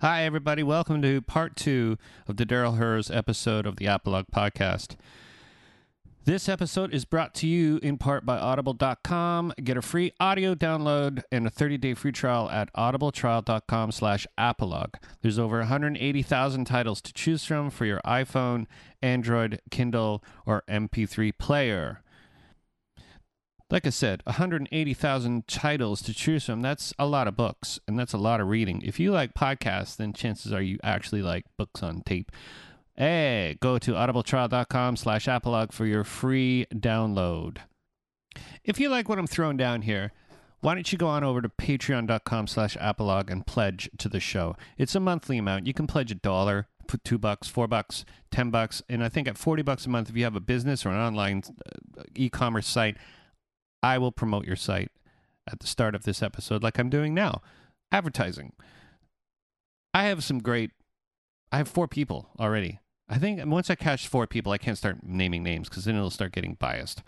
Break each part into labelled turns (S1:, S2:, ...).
S1: Hi, everybody. Welcome to part two of the Daryl Hers episode of the Apologue Podcast. This episode is brought to you in part by Audible.com. Get a free audio download and a 30-day free trial at audibletrial.com slash apologue. There's over 180,000 titles to choose from for your iPhone, Android, Kindle, or MP3 player. Like I said, 180,000 titles to choose from. That's a lot of books and that's a lot of reading. If you like podcasts, then chances are you actually like books on tape. Hey, go to audibletrial.com slash apologue for your free download. If you like what I'm throwing down here, why don't you go on over to patreon.com slash apologue and pledge to the show? It's a monthly amount. You can pledge a dollar, put two bucks, four bucks, ten bucks, and I think at 40 bucks a month, if you have a business or an online uh, e-commerce site, I will promote your site at the start of this episode like I'm doing now. Advertising. I have some great I have four people already. I think once I catch four people, I can't start naming names because then it'll start getting biased.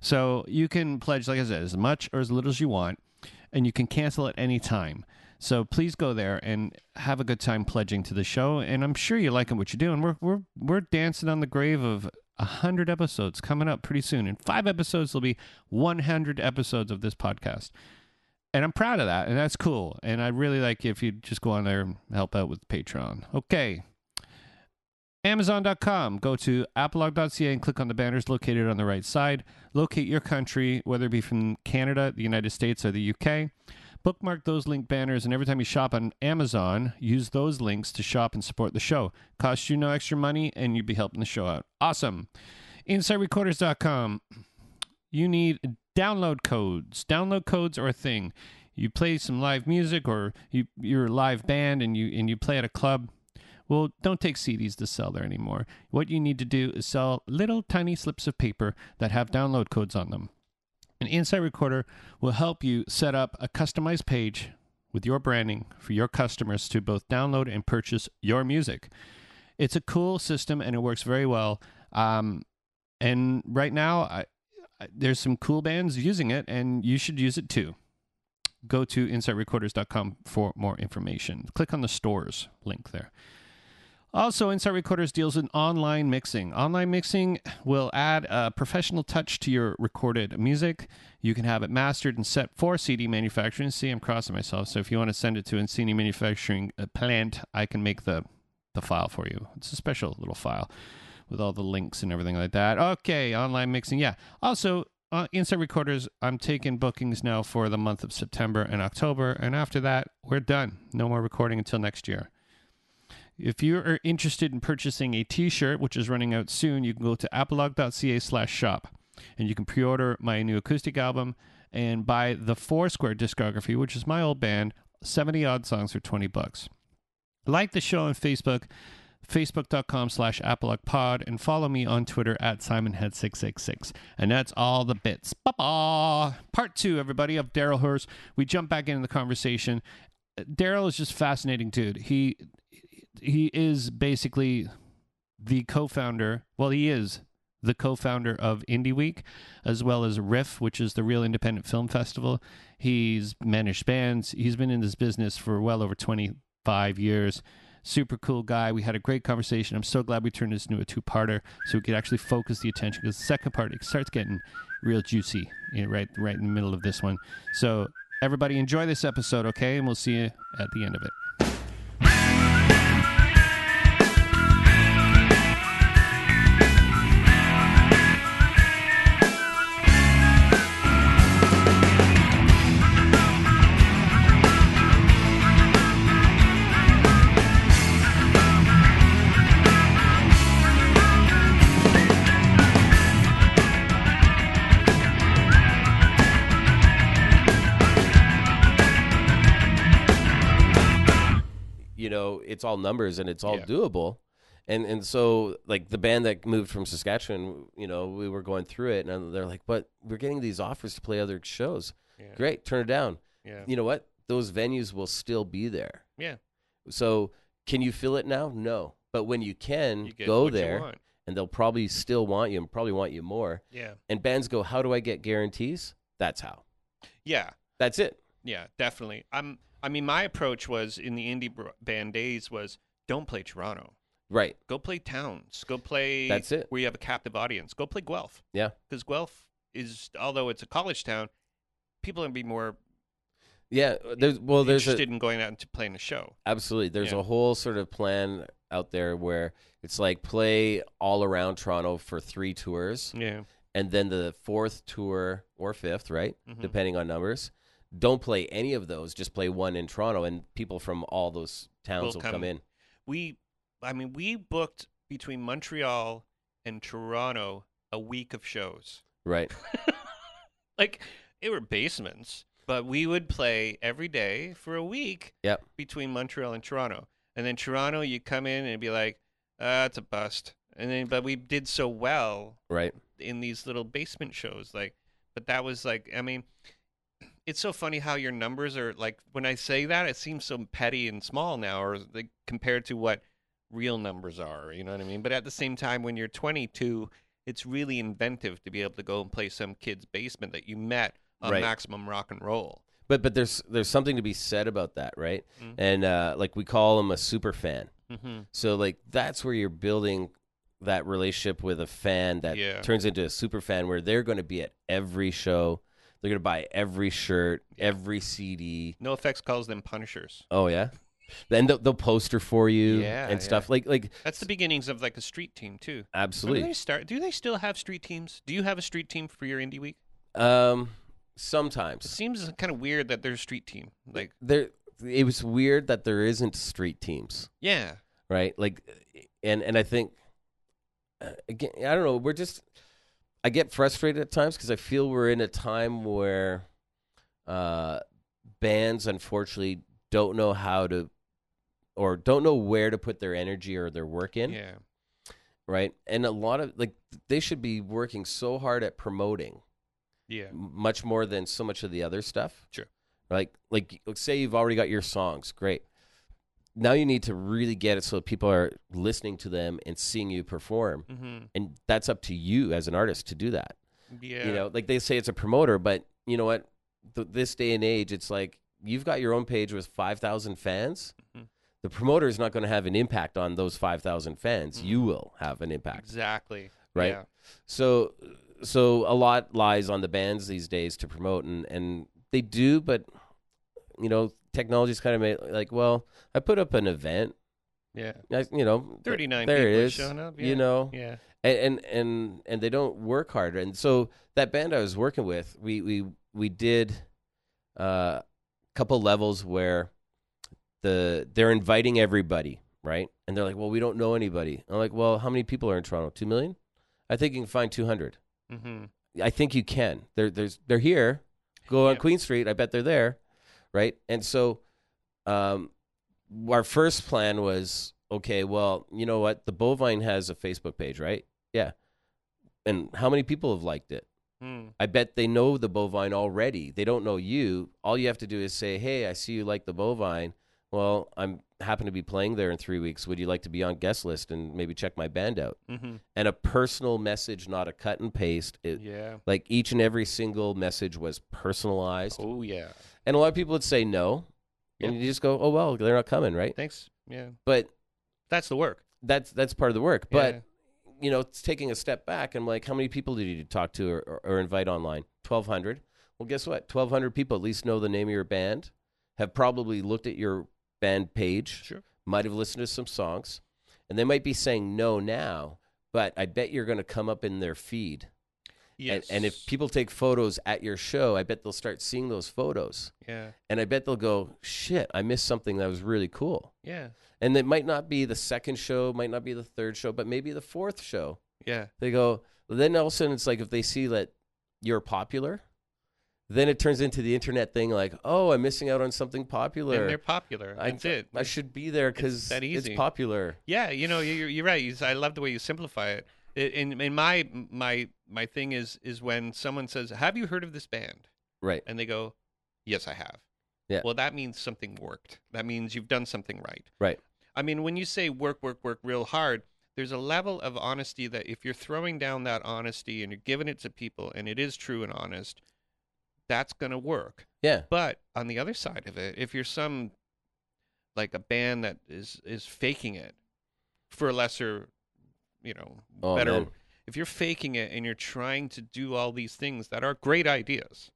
S1: So you can pledge, like I said, as much or as little as you want, and you can cancel at any time. So please go there and have a good time pledging to the show. And I'm sure you're liking what you're doing. We're we're we're dancing on the grave of hundred episodes coming up pretty soon. In five episodes, there'll be 100 episodes of this podcast and I'm proud of that, and that's cool. And I really like if you just go on there and help out with Patreon. Okay. Amazon.com. Go to apolog.ca and click on the banners located on the right side. Locate your country, whether it be from Canada, the United States, or the UK. Bookmark those link banners, and every time you shop on Amazon, use those links to shop and support the show. Costs you no extra money, and you'd be helping the show out. Awesome. InsideRecorders.com you need download codes. Download codes are a thing. You play some live music or you, you're a live band and you and you play at a club. Well, don't take CDs to sell there anymore. What you need to do is sell little tiny slips of paper that have download codes on them. An Insight Recorder will help you set up a customized page with your branding for your customers to both download and purchase your music. It's a cool system and it works very well. Um, and right now, I, I- there's some cool bands using it, and you should use it too. Go to insightrecorders.com for more information. Click on the stores link there. Also, Insight Recorders deals in online mixing. Online mixing will add a professional touch to your recorded music. You can have it mastered and set for CD manufacturing. See, I'm crossing myself. So if you want to send it to Encini Manufacturing uh, Plant, I can make the the file for you. It's a special little file with all the links and everything like that. Okay, online mixing. Yeah. Also, uh, Inside Recorders, I'm taking bookings now for the month of September and October. And after that, we're done. No more recording until next year. If you are interested in purchasing a t-shirt, which is running out soon, you can go to apolog.ca slash shop and you can pre-order my new acoustic album and buy the Foursquare discography, which is my old band, 70 odd songs for 20 bucks. Like the show on Facebook, facebook.com slash apologpod, and follow me on Twitter at simonhead666. And that's all the bits. Ba-ba! Part two, everybody, of Daryl Hurst. We jump back into the conversation. Daryl is just a fascinating dude. He he is basically the co-founder. Well, he is the co-founder of Indie Week, as well as Riff, which is the Real Independent Film Festival. He's managed bands. He's been in this business for well over twenty-five years. Super cool guy. We had a great conversation. I'm so glad we turned this into a two-parter so we could actually focus the attention because the second part it starts getting real juicy you know, right right in the middle of this one. So everybody enjoy this episode, okay? And we'll see you at the end of it.
S2: you know it's all numbers and it's all
S1: Yeah.
S2: doable and and so like the band that moved from Saskatchewan you know we were going through it and they're like but we're getting these offers to play other shows great turn it down
S1: Yeah.
S2: you know what those venues will still be there
S1: Yeah.
S2: so can you fill it now no but when you can
S1: You get
S2: Mm, go
S1: what you
S2: there
S1: want.
S2: and they'll probably still want you and probably want you more
S1: Yeah.
S2: and bands go how do I get guarantees that's how
S1: Yeah.
S2: that's it
S1: Yeah, definitely. I'm I mean, my approach was in the indie bro- band days was don't play Toronto.
S2: Right.
S1: Go play towns. Go play
S2: That's it.
S1: where you have a captive audience. Go play Guelph.
S2: Yeah.
S1: Because Guelph is, although it's a college town, people are going to be more
S2: Yeah. There's well. There's a,
S1: interested in going out and playing a show.
S2: Absolutely. There's
S1: Yeah.
S2: a whole sort of plan out there where it's like play all around Toronto for three tours
S1: Yeah.
S2: and then the fourth tour or fifth, right?
S1: Mhm.
S2: Depending on numbers. Don't play any of those, just play one in Toronto and people from all those towns
S1: Will
S2: will come,
S1: come.
S2: in.
S1: we i mean we booked between montreal and toronto a week of shows
S2: Right.
S1: like they were basements but we would play every day for a week
S2: Yep.
S1: between montreal and toronto and then toronto you come in and it'd be like ah it's a bust and then but we did so well
S2: Right.
S1: in these little basement shows like but that was like i mean it's so funny how your numbers are like when i say that it seems so petty and small now or like compared to what real numbers are you know what i mean but at the same time when you're 22 it's really inventive to be able to go and play some kid's basement that you met on
S2: Right.
S1: maximum rock and roll
S2: But but there's there's something to be said about that, right?
S1: Mhm.
S2: And uh, like we call them a super fan.
S1: mm-hmm.
S2: So like that's where you're building that relationship with a fan that
S1: Yeah.
S2: turns into a super fan where they're going to be at every show. They're going to buy every shirt, every CD.
S1: no effects calls them punishers
S2: Oh yeah. Then they'll, they'll poster for you
S1: Yeah,
S2: and stuff like like
S1: that's the beginnings of like a street team too When do
S2: absolutely.
S1: they start do they still have street teams do you have a street team for your indie week
S2: Um
S1: It
S2: sometimes
S1: seems kind of weird that there's a street team. Like,
S2: there it was weird that there isn't street teams.
S1: yeah,
S2: right? Like, and and I think uh, again, I don't know. We're just I get frustrated at times because I feel we're in a time where uh, bands unfortunately don't know how to or don't know where to put their energy or their work in,
S1: yeah,
S2: right? And a lot of like they should be working so hard at promoting
S1: yeah,
S2: m- much more than so much of the other stuff.
S1: Sure.
S2: Like like let's say you've already got your songs, great. Now you need to really get it so that people are listening to them and seeing you perform.
S1: mm-hmm.
S2: And that's up to you as an artist to do that.
S1: yeah.
S2: You know, like they say it's a promoter, but you know what? Th- this day and age, it's like you've got your own page with 5,000 fans.
S1: Mhm.
S2: The promoter is not going to have an impact on those 5,000 fans.
S1: Mm-hmm.
S2: You will have an impact.
S1: exactly.
S2: Right?
S1: Yeah.
S2: So so a lot lies on the bands these days to promote and and they do but you know technology's kind of made like well I put up an event
S1: yeah.
S2: I, you know th-
S1: 39
S2: there it
S1: people have
S2: is
S1: shown up, yeah.
S2: you know
S1: Yeah.
S2: and, and and and they don't work hard and so that band I was working with we we we did uh, a couple levels where the they're inviting everybody right and they're like well we don't know anybody I'm like well how many people are in Toronto 2 million I think you can find 200
S1: Mm-hmm.
S2: I think you can. They're there's they're here. Go on
S1: Yeah.
S2: Queen Street. I bet they're there, right? And so, um, our first plan was okay. Well, you know what? The Bovine has a Facebook page, right? Yeah. And how many people have liked it?
S1: Mm.
S2: I bet they know the Bovine already. They don't know you. All you have to do is say, "Hey, I see you like the Bovine. Well, I'm happen to be playing there in three weeks. Would you like to be on guest list and maybe check my band out?"
S1: Mm-hmm.
S2: And a personal message, not a cut and paste. It,
S1: Yeah.
S2: like each and every single message was personalized.
S1: Oh yeah.
S2: And a lot of people would say no. And
S1: Yep.
S2: you just go, oh well, they're not coming, right?
S1: Thanks. Yeah.
S2: But
S1: That's the work.
S2: that's that's part of the work. But
S1: Yeah.
S2: you know, it's taking a step back and like, how many people did you talk to or, or, or invite online? Twelve hundred. Well, guess what? Twelve hundred people at least know the name of your band, have probably looked at your band page,
S1: Sure.
S2: might have listened to some songs, and they might be saying no now. But I bet you're going to come up in their feed
S1: Yes.
S2: And, and if people take photos at your show, I bet they'll start seeing those photos.
S1: yeah.
S2: And I bet they'll go, shit, I missed something that was really cool.
S1: Yeah.
S2: And it might not be the second show, might not be the third show, but maybe the fourth show.
S1: Yeah.
S2: They go, then all of a sudden it's like if they see that you're popular, then it turns into the internet thing like, oh, I'm missing out on something
S1: And they're
S2: popular.
S1: popular.
S2: I,
S1: That's it.
S2: I should be there
S1: It's
S2: because
S1: that
S2: it's,
S1: easy.
S2: popular.
S1: Yeah, you know, you're, you're right. You s- I love the way you simplify it. I- In in my my my thing is is when someone says, "Have you heard of this band?"
S2: Right.
S1: and they go, "Yes, I have."
S2: Yeah.
S1: Well, that means something worked. That means you've done something right.
S2: Right.
S1: I mean, when you say work, work, work real hard, there's a level of honesty that if you're throwing down that honesty and you're giving it to people, and it is true and honest, that's going to work.
S2: Yeah.
S1: But on the other side of it, if you're some like a band that is is faking it for a lesser, you know,
S2: Oh,
S1: better.
S2: man.
S1: If you're faking it and you're trying to do all these things that are great ideas,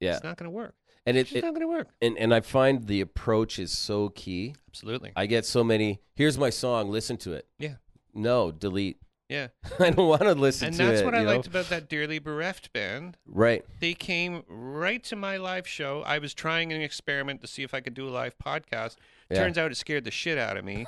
S2: Yeah.
S1: it's not going to work.
S2: And
S1: It's
S2: it,
S1: just
S2: it
S1: not going to work.
S2: and, and I find the approach is so key.
S1: Absolutely.
S2: I get so many. Here's my song. Listen to it.
S1: Yeah.
S2: No, delete.
S1: Yeah.
S2: I don't want to listen
S1: And
S2: to it.
S1: that's what I
S2: you know?
S1: liked about that Dearly Bereft band.
S2: Right.
S1: They came right to my live show. I was trying an experiment to see if I could do a live podcast.
S2: Yeah.
S1: Turns out it scared the shit out of me.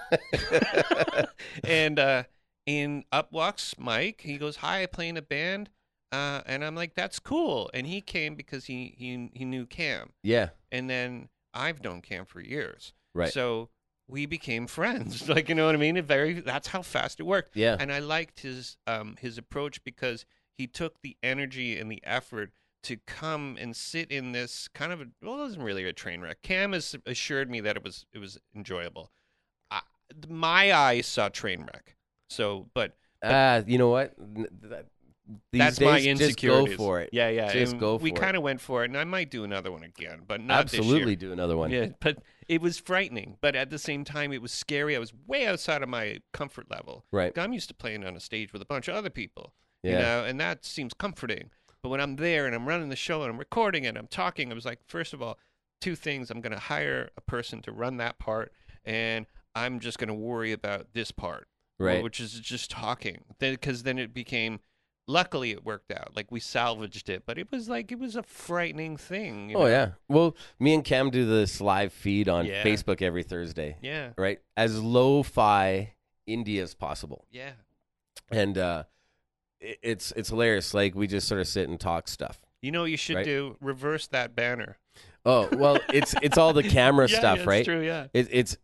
S1: and uh, in up walks Mike. He goes, "Hi, I play in a band," uh, and I'm like, "That's cool." And he came because he he he knew Cam,
S2: Yeah.
S1: and then I've known Cam for years,
S2: Right.
S1: so we became friends. Like you know what I mean? It very that's how fast it worked.
S2: yeah.
S1: And I liked his um his approach because he took the energy and the effort to come and sit in this kind of a, well, it wasn't really a train wreck. Cam has assured me that it was it was enjoyable. I, my eyes saw train wreck. So, but
S2: Ah, you know what? N- that- These
S1: that's
S2: days,
S1: my
S2: just
S1: insecurities.
S2: go for it.
S1: Yeah, yeah.
S2: Just
S1: and
S2: go
S1: We
S2: for it.
S1: kind of went for it, and I might do another one again, but not
S2: Absolutely, do another one.
S1: This year. Yeah, but it was frightening. But at the same time, it was scary. I was way outside of my comfort level.
S2: Right.
S1: Like, I'm used to playing on a stage with a bunch of other people,
S2: Yeah.
S1: you know, and that seems comforting. But when I'm there and I'm running the show and I'm recording and I'm talking, I was like, first of all, two things. I'm going to hire a person to run that part, and I'm just going to worry about this part,
S2: Right.
S1: Which is just talking. Because then it became. Luckily, it worked out. Like we salvaged it, but it was like it was a frightening thing. you
S2: oh
S1: know?
S2: yeah. Well, me and Cam do this live feed on
S1: Yeah.
S2: Facebook every Thursday.
S1: yeah,
S2: Right. As lo-fi indie as possible,
S1: yeah,
S2: and uh, it, it's it's hilarious. Like we just sort of sit and talk stuff.
S1: You know what you should
S2: Right.
S1: do? Reverse that banner.
S2: Oh well, it's it's all the camera
S1: yeah,
S2: stuff,
S1: yeah,
S2: right?
S1: It's true. Yeah.
S2: It, it's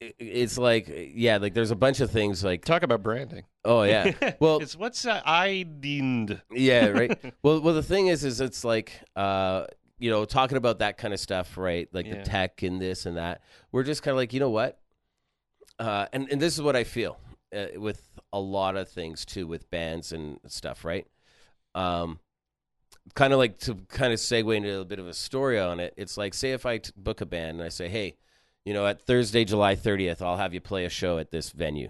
S2: it, it's like yeah, like there's a bunch of things like
S1: Talk about branding.
S2: oh yeah, well
S1: it's what's uh, I deemed.
S2: yeah right. well, well the thing is, is it's like uh you know talking about that kind of stuff, right? Like
S1: Yeah.
S2: the tech and this and that. We're just kind of like you know what, uh, and and this is what I feel uh, with a lot of things too, with bands and stuff, right? Um. Kind of like to kind of segue into a bit of a story on it. It's like, say, if I t- book a band and I say, hey, you know, at Thursday, July 30th, I'll have you play a show at this venue.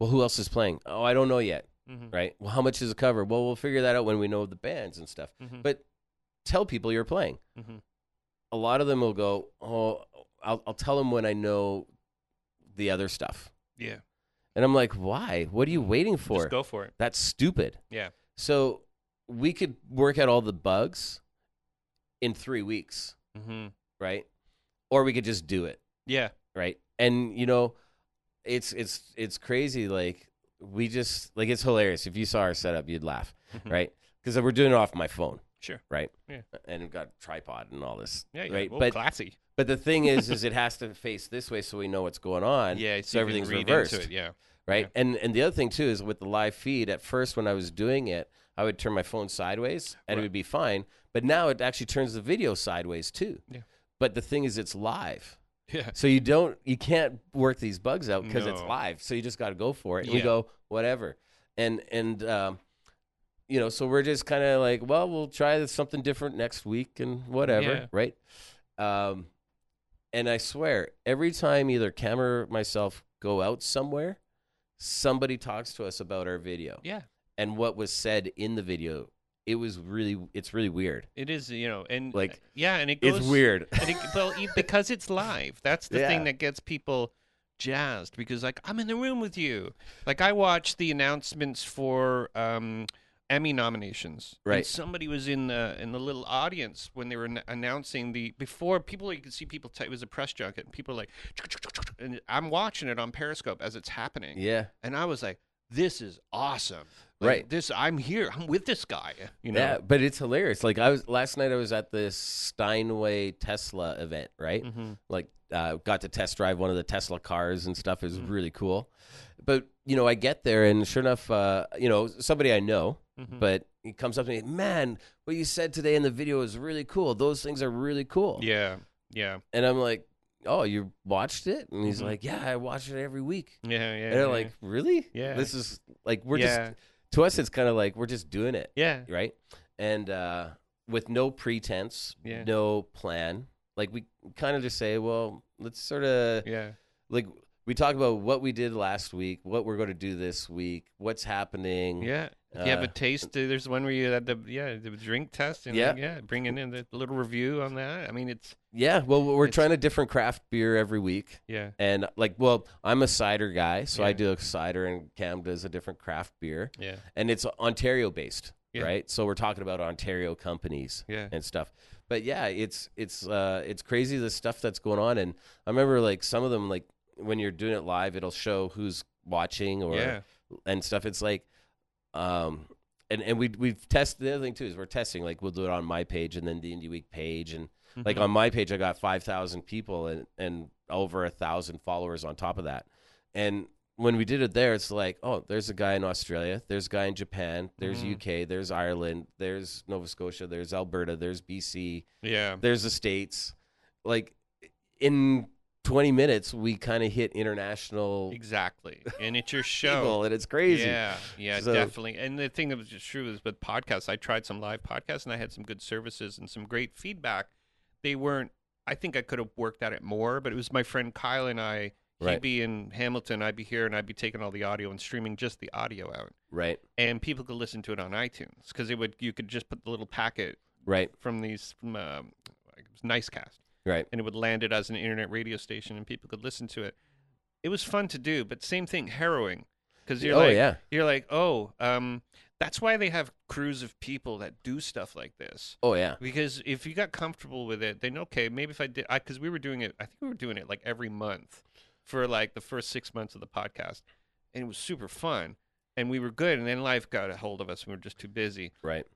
S2: Well, who else is playing? Oh, I don't know yet
S1: Mhm.
S2: right? Well, how much is a cover? Well, we'll figure that out when we know the bands and stuff.
S1: Mhm.
S2: But tell people you're playing.
S1: Mhm.
S2: A lot of them will go, "Oh, I'll, I'll tell them when I know the other stuff."
S1: Yeah.
S2: And I'm like, "Why? What are you waiting for?
S1: Just go for it.
S2: That's stupid."
S1: Yeah.
S2: So we could work out all the bugs in three weeks,
S1: hmm
S2: right? Or we could just do it
S1: Yeah.
S2: right and you know it's it's it's crazy like we just like it's hilarious if you saw our setup you'd laugh
S1: Mhm.
S2: right because we're doing it off my phone
S1: Sure.
S2: right
S1: Yeah.
S2: and we've got tripod and all this
S1: Yeah. yeah.
S2: right
S1: Well,
S2: but
S1: classy.
S2: but the thing is is it has to face this way so we know what's going on
S1: Yeah. you can
S2: so everything's
S1: read into
S2: reversed
S1: it, Yeah.
S2: right
S1: Yeah.
S2: and and the other thing too is with the live feed at first when i was doing it i would turn my phone sideways and
S1: Right.
S2: it would be fine but now it actually turns the video sideways too
S1: Yeah.
S2: but the thing is it's live
S1: Yeah.
S2: so you don't, you can't work these bugs out because it's
S1: No.
S2: live. So you just got to go for it. And We
S1: Yeah.
S2: go whatever, and and um, you know, so we're just kind of like, well, we'll try this- something different next week and whatever,
S1: Yeah.
S2: right? Um, and I swear, every time either Cam or myself go out somewhere, somebody talks to us about our video
S1: Yeah.
S2: and what was said in the video. It was really, it's really weird.
S1: It is. You know. And
S2: Like,
S1: Yeah. And it goes.
S2: it's weird.
S1: and it, well, e- because it's live. That's the
S2: Yeah.
S1: thing that gets people jazzed because, like, I'm in the room with you. Like, I watched the announcements for um, Emmy nominations. and
S2: Right.
S1: somebody was in the in the little audience when they were an- announcing the before people. You could see people. T- it was a press junket, and people were like, and I'm watching it on Periscope as it's happening,
S2: yeah.
S1: and I was like. This is awesome. Like,
S2: Right.
S1: This I'm here. I'm with this guy. You know.
S2: Yeah, but it's hilarious. Like I was last night, I was at this Steinway Tesla event, right?
S1: Mhm.
S2: Like, uh, got to test drive one of the Tesla cars and stuff. It was
S1: Mm-hmm.
S2: really cool. But you know, I get there, and sure enough, uh, you know, somebody I know,
S1: Mhm.
S2: but he comes up to me, man, what you said today in the video is really cool. Those things are really cool.
S1: Yeah. Yeah.
S2: and I'm like, oh, you watched it? And he's
S1: Mhm.
S2: like, yeah, I watch it every week.
S1: Yeah. Yeah.
S2: and
S1: yeah.
S2: I'm like, really?
S1: Yeah.
S2: this is like we're
S1: yeah.
S2: just to us, it's kind of like we're just doing it
S1: Yeah.
S2: right? And uh, with no pretense,
S1: Yeah.
S2: no plan. Like we kind of just say, well, let's sort of
S1: Yeah.
S2: like we talk about what we did last week, what we're going to do this week, what's happening.
S1: Yeah. If you have
S2: Uh,
S1: a taste, uh, there's one where you had the yeah the drink test and
S2: Yeah.
S1: yeah, bringing in the little review on that. I mean, it's
S2: Yeah, well, we're
S1: It's-
S2: trying a different craft beer every week.
S1: yeah,
S2: And like, well, I'm a cider guy, so I
S1: Yeah.
S2: do a cider, and Cam does a different craft beer,
S1: yeah,
S2: and it's Ontario based,
S1: Yeah.
S2: right? So we're talking about Ontario companies
S1: yeah,
S2: and stuff. But yeah, it's it's uh, it's crazy the stuff that's going on. And I remember like some of them, like when you're doing it live, it'll show who's watching or
S1: yeah,
S2: and stuff. It's like, um, and and we we've tested the other thing too is we're testing like we'll do it on my page and then the Indie Week page and like
S1: Mhm.
S2: on my page, I got five thousand people and and over a thousand followers on top of that. And when we did it there, it's like, oh, there's a guy in Australia, there's a guy in Japan, there's
S1: Mhm.
S2: UK, there's Ireland, there's Nova Scotia, there's Alberta, there's BC,
S1: yeah,
S2: there's the states. Like in twenty minutes, we kind of hit international
S1: exactly. And it's your show.
S2: people, and it's crazy.
S1: Yeah, yeah,
S2: So-
S1: definitely. And the thing that was just true is with podcasts, I tried some live podcasts and I had some good services and some great feedback. They weren't. I think I could have worked at it more, but it was my friend Kyle and I. He'd
S2: Right.
S1: be in Hamilton, I'd be here, and I'd be taking all the audio and streaming just the audio out,
S2: Right,
S1: and people could listen to it on iTunes because it would. You could just put the little packet
S2: right,
S1: from these from um, it was Nicecast,
S2: right.
S1: and it would land it as an internet radio station, and people could listen to it. It was fun to do, but same thing, harrowing, because you're
S2: oh
S1: like,
S2: yeah,
S1: you're like, oh, um, that's why they have crews of people that do stuff like this.
S2: oh yeah,
S1: Because if you got comfortable with it, then okay, maybe if I did, because we were doing it, I think we were doing it like every month for like the first six months of the podcast, and it was super fun, and we were good, and then life got a hold of us, and we were just too busy
S2: right,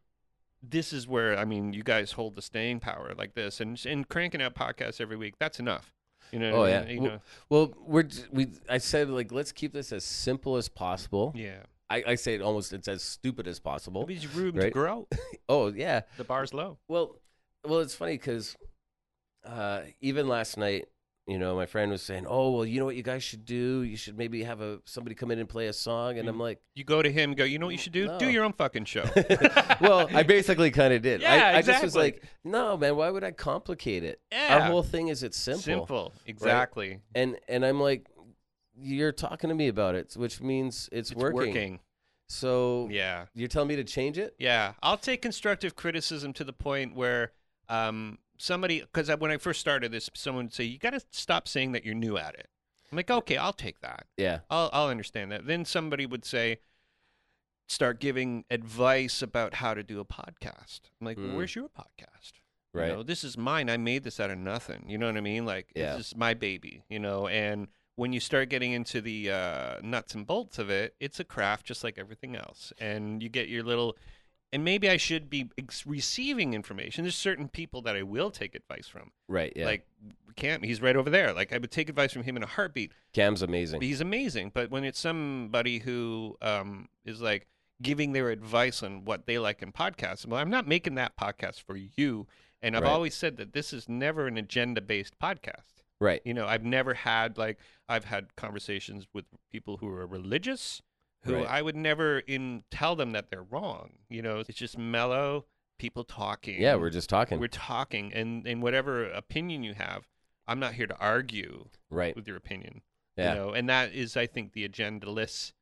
S1: this is where I mean, you guys hold the staying power like this, and and cranking out podcasts every week. That's enough. You know.
S2: oh
S1: what I
S2: yeah.
S1: mean? You
S2: Well,
S1: know,
S2: well, we're j- we. I said like let's keep this as simple as possible.
S1: yeah.
S2: I, I say it almost it's as stupid as possible.
S1: There's room to
S2: right.
S1: grow.
S2: Oh yeah.
S1: The bar's low.
S2: Well, well, it's funny because uh, even last night, you know, my friend was saying, "Oh, well, you know what you guys should do? You should maybe have a somebody come in and play a song." And I'm like,
S1: You go to him. Go. You know what you should do? Do
S2: Oh, No.
S1: your own fucking show.
S2: "Well, I basically kind of did. I,
S1: Yeah,
S2: I just was
S1: exactly.
S2: like, no, man, why would I complicate it? Our
S1: Yeah.
S2: whole thing is it's simple.
S1: simple. Exactly.
S2: And and I'm like, you're talking to me about it, which means it's,
S1: It's working.
S2: So
S1: Yeah.
S2: you're telling me to change it?
S1: Yeah, I'll take constructive criticism to the point where um, somebody, because I, when I first started this, someone would say, "You got to stop saying that you're new at it." I'm like, "Okay, I'll take that.
S2: Yeah.
S1: I'll I'll understand that." Then somebody would say, "Start giving advice about how to do a podcast." I'm like, well,
S2: Mm.
S1: "Where's your podcast?" You
S2: Right.
S1: know, this is mine. I made this out of nothing. You know what I mean? Like
S2: Yeah.
S1: this is my baby, you know, and when you start getting into the uh, nuts and bolts of it, it's a craft just like everything else. And you get your little and maybe I should be ex- receiving information. There's certain people that I will take advice from.
S2: Right. Yeah.
S1: Like Cam, he's right over there. Like I would take advice from him in a heartbeat.
S2: Cam's amazing.
S1: He's amazing. But when it's somebody who um, is like giving their advice on what they like in podcasts, well, I'm not making that podcast for you. And I've
S2: Right.
S1: always said that this is never an agenda based podcast.
S2: right.
S1: You know, I've never had like, I've had conversations with people who are religious who
S2: Right.
S1: I would never in tell them that they're wrong. You know, it's just mellow people talking.
S2: Yeah, we're just talking.
S1: we're talking and, and whatever opinion you have, I'm not here to argue
S2: right.
S1: with your opinion
S2: Yeah.
S1: you know and that is i think the agenda-less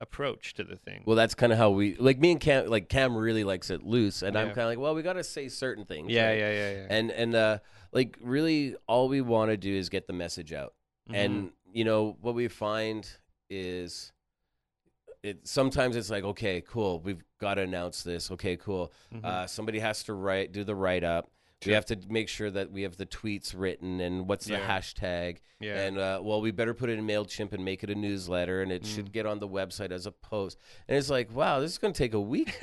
S1: approach to the thing
S2: Well, that's kind of how we like me and Cam. Like Cam really likes it loose, and I'm
S1: Yeah.
S2: kind of like, well, we got to say certain things.
S1: yeah,
S2: right?
S1: yeah yeah yeah
S2: And and uh, like really, all we want to do is get the message out.
S1: Mhm.
S2: And you know what we find is, it sometimes it's like, okay, cool, we've got to announce this. Okay, cool.
S1: Mhm.
S2: Uh, somebody has to write, do the write up. We
S1: Sure.
S2: have to make sure that we have the tweets written and what's the
S1: Yeah.
S2: hashtag.
S1: Mm-hmm. yeah
S2: And uh, well, we better put it in Mailchimp and make it a newsletter, and it
S1: Mm.
S2: should get on the website as a post. And it's like, wow, this is going to take a week.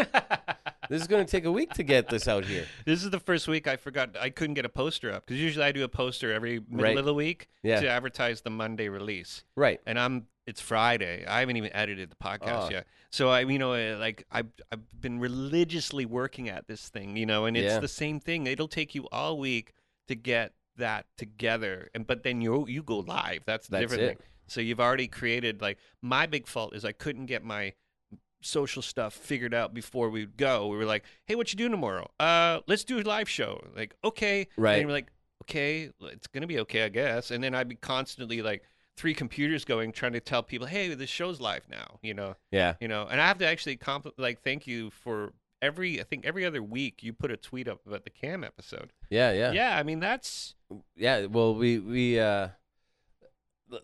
S2: this is going to take a week to get this out here.
S1: this is the first week i forgot i couldn't get a poster up because usually i do a poster every middle
S2: Right.
S1: of the week
S2: Yeah.
S1: to advertise the monday release
S2: Right.
S1: and i'm it's friday i haven't even edited the podcast
S2: Oh.
S1: yet so i you know uh, like I've, I've been religiously working at this thing you know and it's
S2: Yeah.
S1: the same thing it'll take you all week to get that together and but then you you go live that's the
S2: That's
S1: different
S2: it.
S1: thing. So you've already created like my big fault is I couldn't get my social stuff figured out before we would go. We were like, "Hey, what you doing tomorrow? Uh, let's do a live show." Like, okay,
S2: Right.
S1: And we're like, "Okay, it's gonna be okay, I guess." And then I'd be constantly like three computers going, trying to tell people, "Hey, this show's live now," you know,
S2: Yeah.
S1: you know. And I have to actually compl- like thank you for every. I think every other week you put a tweet up about the Cam episode.
S2: Yeah. Yeah.
S1: yeah I mean that's
S2: yeah well we we uh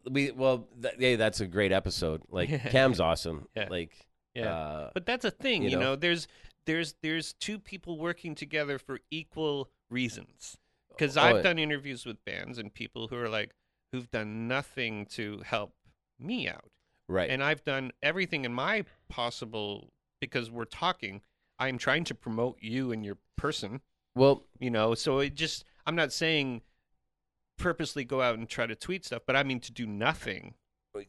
S2: we well th- yeah that's a great episode like cam's awesome
S1: Yeah.
S2: like
S1: yeah.
S2: uh
S1: But that's a thing,
S2: you
S1: you,
S2: know?
S1: know? There's there's there's two people working together for equal reasons. Because
S2: Oh,
S1: I've
S2: yeah.
S1: done interviews with bands and people who are like who've done nothing to help me out,
S2: right
S1: and I've done everything in my possible because we're talking. I'm trying to promote you and your person,
S2: well
S1: you know. So it just I'm not saying purposely go out and try to tweet stuff, but I mean to do nothing.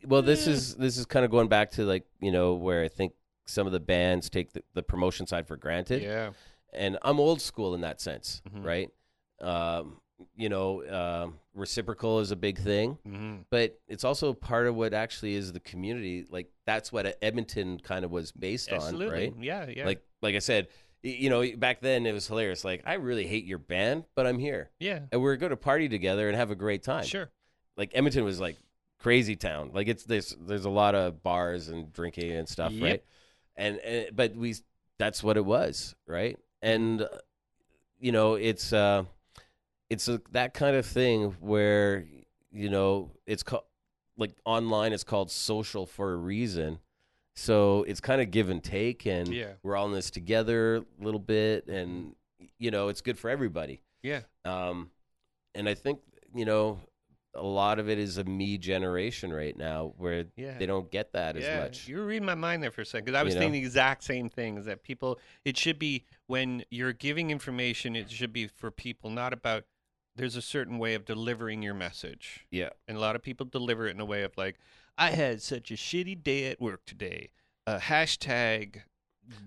S2: well this is this is kind of going back to like you know where i think some of the bands take the, the promotion side for granted
S1: yeah,
S2: and i'm old school in that sense
S1: Mhm.
S2: right um you know um reciprocal is a big thing
S1: hmm
S2: but it's also part of what actually is the community like that's what edmonton kind of was based
S1: absolutely.
S2: on right
S1: Yeah, yeah,
S2: Like like I said, y- you know, back then it was hilarious. Like I really hate your band, but I'm here,
S1: yeah.
S2: and we're going to party together and have a great time.
S1: Sure.
S2: Like Edmonton was like crazy town. Like it's this. There's a lot of bars and drinking and stuff,
S1: Yep.
S2: right? And, and but we that's what it was, right? And uh, you know, it's uh, it's a, that kind of thing where you know it's called like online. It's called social for a reason. So it's kind of give and take, and
S1: Yeah.
S2: we're all in this together a little bit and you know it's good for everybody
S1: Yeah.
S2: um and i think you know a lot of it is a me generation right now where
S1: Yeah.
S2: they don't get that as much
S1: You were reading my mind there for a second because I was
S2: You know?
S1: thinking the exact same thing is that people, it should be when you're giving information, it should be for people, not about there's a certain way of delivering your message.
S2: yeah
S1: And a lot of people deliver it in a way of like, I had such a shitty day at work today. Uh, hashtag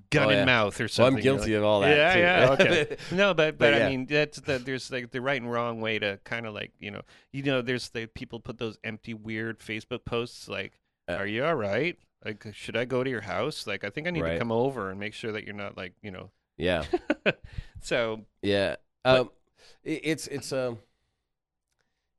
S1: gun
S2: Oh, yeah.
S1: in mouth or
S2: well,
S1: something.
S2: i'm
S1: You're
S2: guilty of all that
S1: Yeah,
S2: too.
S1: yeah, okay. No, but but,
S2: yeah.
S1: I mean that's the, there's like the right and wrong way to kind of like you know you know there's the people put those empty weird Facebook posts like
S2: Uh.
S1: are you all right like should I go to your house like I think I need
S2: Right.
S1: to come over and make sure that you're not like you know
S2: yeah
S1: so
S2: Yeah. Um, it, it's it's um,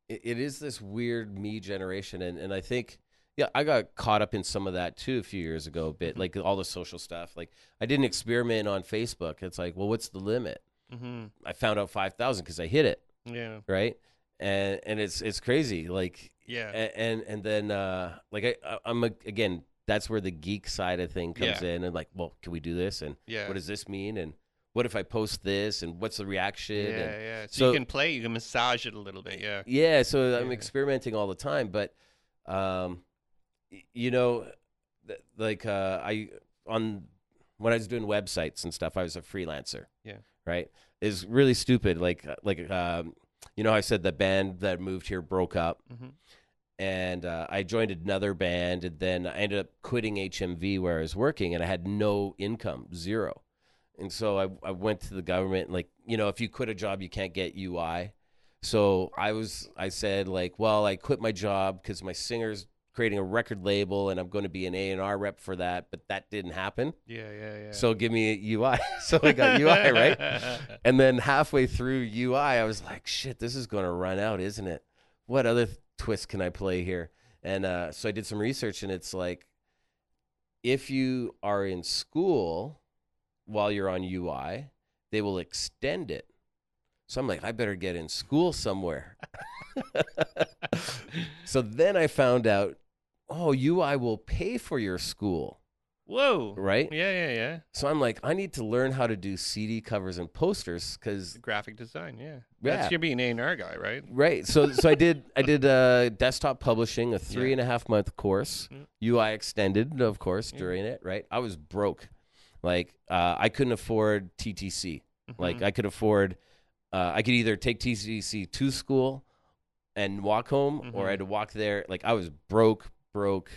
S2: it, it is this weird me generation, and and I think yeah, I got caught up in some of that too a few years ago, a bit like all the social stuff. Like I did an experiment on Facebook. It's like, well, what's the limit?
S1: hmm
S2: I found out five thousand because I hit it
S1: yeah
S2: right, and and it's it's crazy. Like
S1: yeah
S2: and and, and then uh, like I- I I'm a, again. That's where the geek side of thing comes in, and like, well, can we do this? And
S1: yeah
S2: what does this mean? And what if I post this? And what's the reaction?
S1: yeah
S2: And
S1: yeah so,
S2: so-
S1: you can play you can massage it a little bit yeah
S2: yeah so i'm
S1: Yeah.
S2: experimenting all the time but um y- you know th- like uh i on when i was doing websites and stuff i was a freelancer
S1: Yeah.
S2: right is really stupid like like um you know i said the band that moved here broke up
S1: Mhm.
S2: and uh, i joined another band and then i ended up quitting hmv where i was working and i had no income zero and so I, I went to the government and like you know if you quit a job you can't get ui so I was, I said like, well, I quit my job because my singer's creating a record label and I'm going to be an A and R rep for that, but that didn't happen.
S1: yeah yeah yeah
S2: So give me a UI. so I got UI right. And then halfway through UI, I was like, shit, this is going to run out, isn't it? What other th- twist can I play here? And uh, so I did some research, and it's like, if you are in school while you're on UI, they will extend it. So I'm like, I better get in school somewhere. so then I found out, oh, UI will pay for your school,
S1: whoa
S2: right?
S1: yeah yeah yeah
S2: So I'm like, I need to learn how to do CD covers and posters because
S1: graphic design yeah
S2: Yeah.
S1: that's you're being an A&R guy right
S2: Right. So so I did I did uh, desktop publishing, a three
S1: Yeah.
S2: and a half month course,
S1: Mm.
S2: UI extended, of course,
S1: Yeah.
S2: during it. Right. I was broke, like uh, I couldn't afford TTC. Like
S1: Mhm.
S2: I could afford, uh, I could either take TTC to school and walk home, or I
S1: Mhm.
S2: had to walk there. Like I was broke, broke,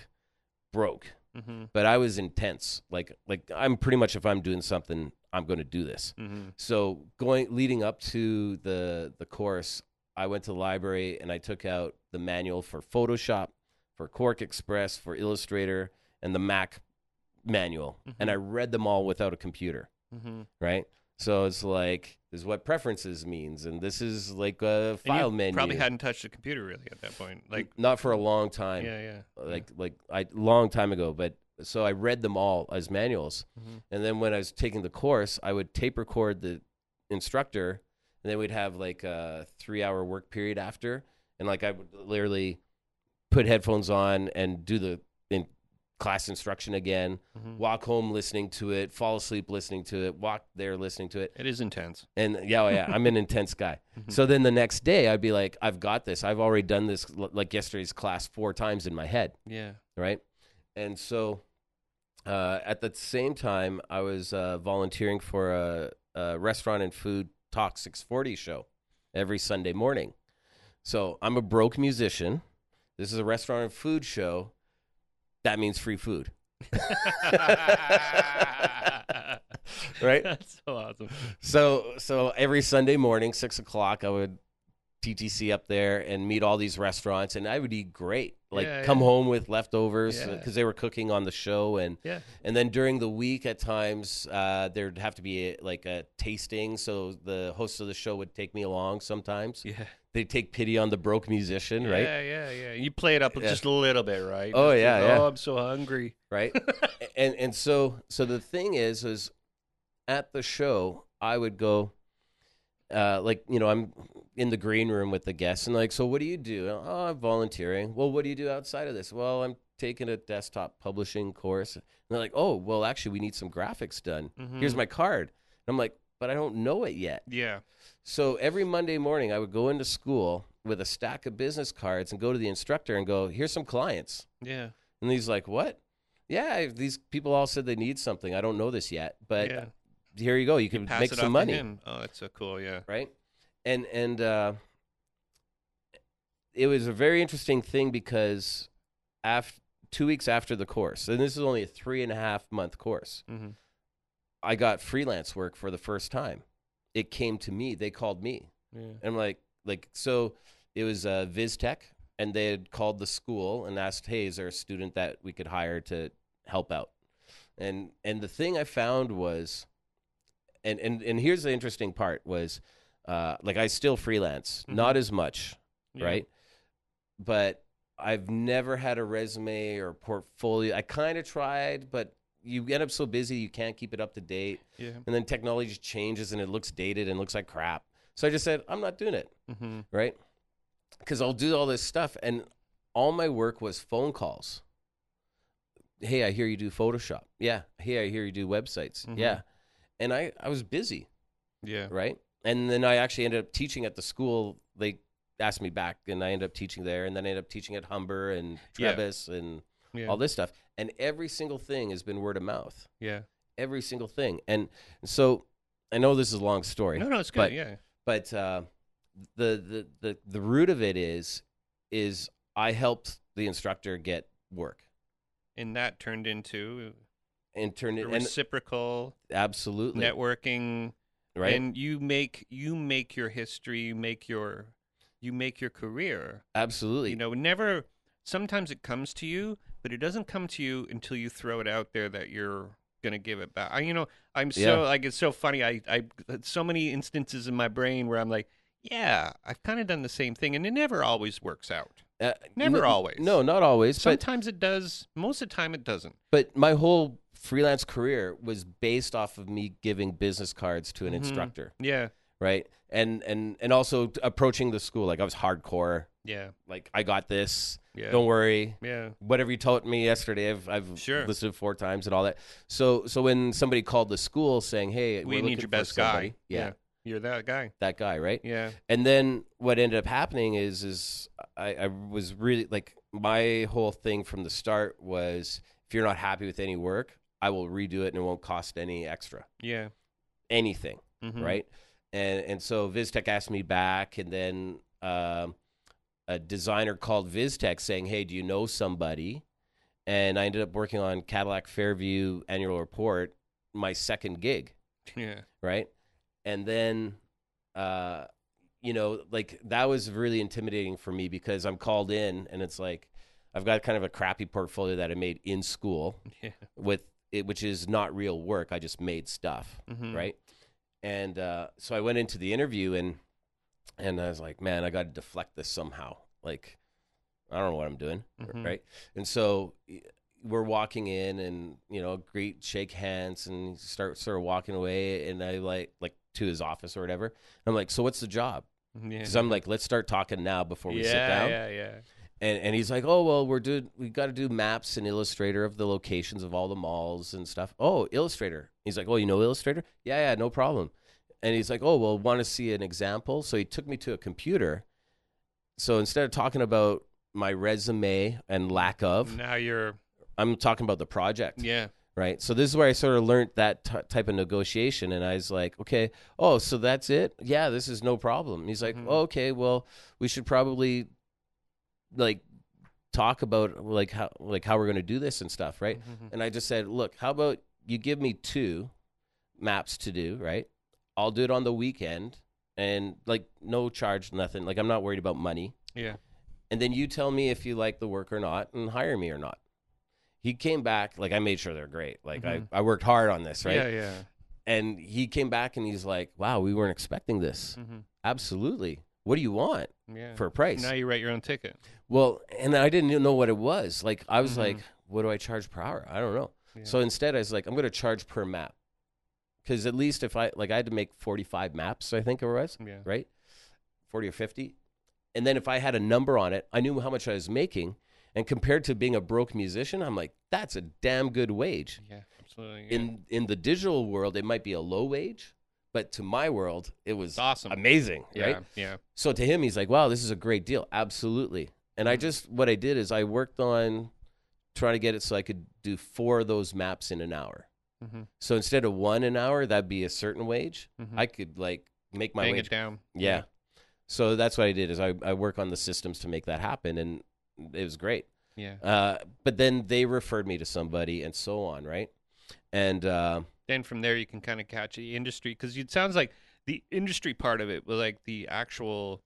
S2: broke.
S1: Mhm.
S2: But I was intense. Like like I'm pretty much if I'm doing something, I'm going to do this.
S1: Mhm.
S2: So going leading up to the the course, I went to the library and I took out the manual for Photoshop, for Cork Express, for Illustrator, and the Mac manual and I read them all without a computer,
S1: Mm-hmm.
S2: right? So it's like this is what preferences means, and this is like a file menu.
S1: Probably hadn't touched the computer really at that point. Like,
S2: not for a long time,
S1: yeah, yeah.
S2: like like I long time ago. But so I read them all as manuals,
S1: Mhm.
S2: and then when I was taking the course, I would tape record the instructor, and then we'd have like a three hour work period after, and like I would literally put headphones on and do the in class instruction again,
S1: Mhm.
S2: walk home listening to it, fall asleep listening to it, walk there listening to it.
S1: It is intense.
S2: And yeah, oh, yeah, I'm an intense guy. So then the next day, I'd be like, I've got this. I've already done this, l- like yesterday's class, four times in my head,
S1: Yeah.
S2: right? And so uh, at the same time, I was uh, volunteering for a, a restaurant and food talk 640 show every Sunday morning. So I'm a broke musician. This is a restaurant and food show. That means free food. Right?
S1: That's so awesome.
S2: So so every Sunday morning, six o'clock, I would TTC up there and meet all these restaurants, and I would eat great. Like
S1: Yeah,
S2: come
S1: yeah.
S2: home with leftovers because
S1: Yeah.
S2: they were cooking on the show, and
S1: Yeah.
S2: and then during the week, at times uh, there'd have to be a, like a tasting, so the host of the show would take me along. Sometimes
S1: Yeah.
S2: they'd take pity on the broke musician, right?
S1: Yeah, yeah, yeah. You play it up
S2: Yeah.
S1: just a little bit, right?
S2: Oh,
S1: Just
S2: yeah,
S1: like,
S2: yeah.
S1: Oh, I'm so hungry.
S2: right? and and so so the thing is is at the show I would go uh like you know I'm in the green room with the guests and like so what do you do? Oh, I'm volunteering. Well, what do you do outside of this? Well, I'm taking a desktop publishing course. And they're like, "Oh, well actually we need some graphics done. Here's
S1: Mhm.
S2: my card." And I'm like, "But I don't know it yet."
S1: Yeah.
S2: So every Monday morning I would go into school with a stack of business cards and go to the instructor and go, "Here's some clients."
S1: Yeah.
S2: And he's like, "What? Yeah, I- these people all said they need something. I don't know this yet, but
S1: yeah.
S2: here you go. You can
S1: Pass
S2: make
S1: it
S2: some
S1: off to
S2: money,
S1: him. Oh, that's so cool. Yeah.
S2: right?" And and uh, it was a very interesting thing because after two weeks after the course, and this is only a three and a half month course,
S1: Mm-hmm.
S2: I got freelance work for the first time. It came to me. They called me.
S1: Yeah.
S2: And I'm like, like so it was uh, VizTech, and they had called the school and asked, "Hey, is there a student that we could hire to help out?" And and the thing I found was, and and and here's the interesting part was, uh, like I still freelance,
S1: Mhm.
S2: not as much,
S1: Yeah.
S2: right? But I've never had a resume or portfolio. I kind of tried, but you end up so busy you can't keep it up to date
S1: Yeah.
S2: and then technology changes and it looks dated and looks like crap. So I just said, I'm not doing it,
S1: Mm-hmm.
S2: right? Because I'll do all this stuff, and all my work was phone calls. Hey, I hear you do Photoshop. Yeah. Hey, I hear you do websites.
S1: Mhm.
S2: Yeah. And I, I was busy,
S1: Yeah.
S2: right? And then I actually ended up teaching at the school. They asked me back, and I ended up teaching there. And then I ended up teaching at Humber and
S1: Yeah.
S2: Trevis and
S1: Yeah.
S2: all this stuff. And every single thing has been word of mouth
S1: yeah.
S2: every single thing. And so I know this is a long story,
S1: No, no, it's good.
S2: But-
S1: yeah.
S2: but uh, the, the the the root of it is is I helped the instructor get work
S1: And that turned into
S2: and turn
S1: a
S2: it and
S1: reciprocal
S2: absolutely
S1: networking.
S2: right
S1: And you make you make your history. You make your you make your career.
S2: absolutely
S1: You know, never. Sometimes it comes to you, but it doesn't come to you until you throw it out there that you're gonna give it back. I, you know, I'm so
S2: Yeah.
S1: like it's so funny. I I so many instances in my brain where I'm like, yeah, I've kind of done the same thing, and it never always works out.
S2: Uh,
S1: Never
S2: n-
S1: always.
S2: no not always but
S1: Sometimes it does. Most of the time, it doesn't.
S2: but my whole freelance career was based off of me giving business cards to an
S1: Mhm.
S2: instructor
S1: Yeah,
S2: right and and and also t- approaching the school like I was hardcore
S1: yeah,
S2: like I got this
S1: yeah,
S2: don't worry
S1: yeah.
S2: whatever you taught me yesterday, I've, I've
S1: Sure.
S2: listened four times and all that. So, so when somebody called the school saying,
S1: We
S2: "Hey, we're
S1: need
S2: looking
S1: your
S2: for
S1: best
S2: somebody,"
S1: guy.
S2: yeah,
S1: you're that guy.
S2: that guy, right?
S1: Yeah,
S2: And then what ended up happening is, is I, I was really like my whole thing from the start was, if you're not happy with any work, I will redo it and it won't cost any extra
S1: yeah.
S2: anything
S1: mhm.
S2: right? And and so VizTech asked me back, and then um, a designer called VizTech saying, "Hey, do you know somebody?" And I ended up working on Cadillac Fairview annual report, my second gig,
S1: Yeah,
S2: right? And then, uh, you know, like that was really intimidating for me because I'm called in, and it's like I've got kind of a crappy portfolio that I made in school
S1: yeah,
S2: with it, which is not real work. I just made stuff,
S1: Mhm.
S2: right? And uh, so I went into the interview and and I was like, man, I got to deflect this somehow. Like, I don't know what I'm doing,
S1: Mhm.
S2: right? And so y- we're walking in, and you know, greet, shake hands, and start sort of walking away. And I like like to his office or whatever. I'm like, so what's the job?
S1: Mm-hmm. Yeah.
S2: Because I'm like, let's start talking now before we
S1: yeah,
S2: sit down.
S1: Yeah, yeah.
S2: And and he's like, oh well, we're doing we got to do maps and Illustrator of the locations of all the malls and stuff. Oh, Illustrator. He's like, oh, you know Illustrator? Yeah, yeah, no problem. And he's like, oh well, want to see an example? So he took me to a computer. So instead of talking about my resume and lack of,
S1: Now you're
S2: I'm talking about the project
S1: yeah.
S2: right? So this is where I sort of learned that t- type of negotiation, and I was like, okay, oh, so that's it? Yeah, this is no problem. And he's like,
S1: Mhm.
S2: oh, okay, well, we should probably like talk about like how like how we're going to do this and stuff, right?
S1: Mhm.
S2: And I just said, look, how about you give me two maps to do, right? I'll do it on the weekend and like no charge, nothing. Like I'm not worried about money
S1: Yeah.
S2: and then you tell me if you like the work or not and hire me or not he came back like i made sure they're great like
S1: Mhm.
S2: I, I worked hard on this right
S1: Yeah, yeah.
S2: and he came back and he's like wow we weren't expecting this
S1: Mm-hmm.
S2: absolutely what do you want
S1: Yeah.
S2: for a price
S1: now you write your own ticket.
S2: well and i didn't even know what it was like i was
S1: Mhm.
S2: like what do i charge per hour i don't know
S1: Yeah.
S2: so instead i was like i'm going to charge per map because at least if i like i had to make 45 maps i think it was
S1: yeah.
S2: right? 40 or 50. And then if I had a number on it, I knew how much I was making. And compared to being a broke musician, I'm like, that's a damn good wage.
S1: Yeah, absolutely. yeah.
S2: In in the digital world, it might be a low wage, but to my world, it
S1: it's
S2: was
S1: awesome.
S2: amazing,
S1: yeah,
S2: right?
S1: Yeah.
S2: So to him, he's like, wow, this is a great deal. Absolutely. And
S1: Mm-hmm.
S2: I just, what I did is I worked on trying to get it so I could do four of those maps in an hour.
S1: Mhm.
S2: So instead of one an hour, that'd be a certain wage.
S1: Mhm.
S2: I could like make my
S1: Bang
S2: wage
S1: it down.
S2: yeah. So that's what I did is I, I work on the systems to make that happen and it was great.
S1: Yeah.
S2: Uh, but then they referred me to somebody and so on, right? And uh,
S1: Then from there you can kind of catch the industry because it sounds like the industry part of it, was like the actual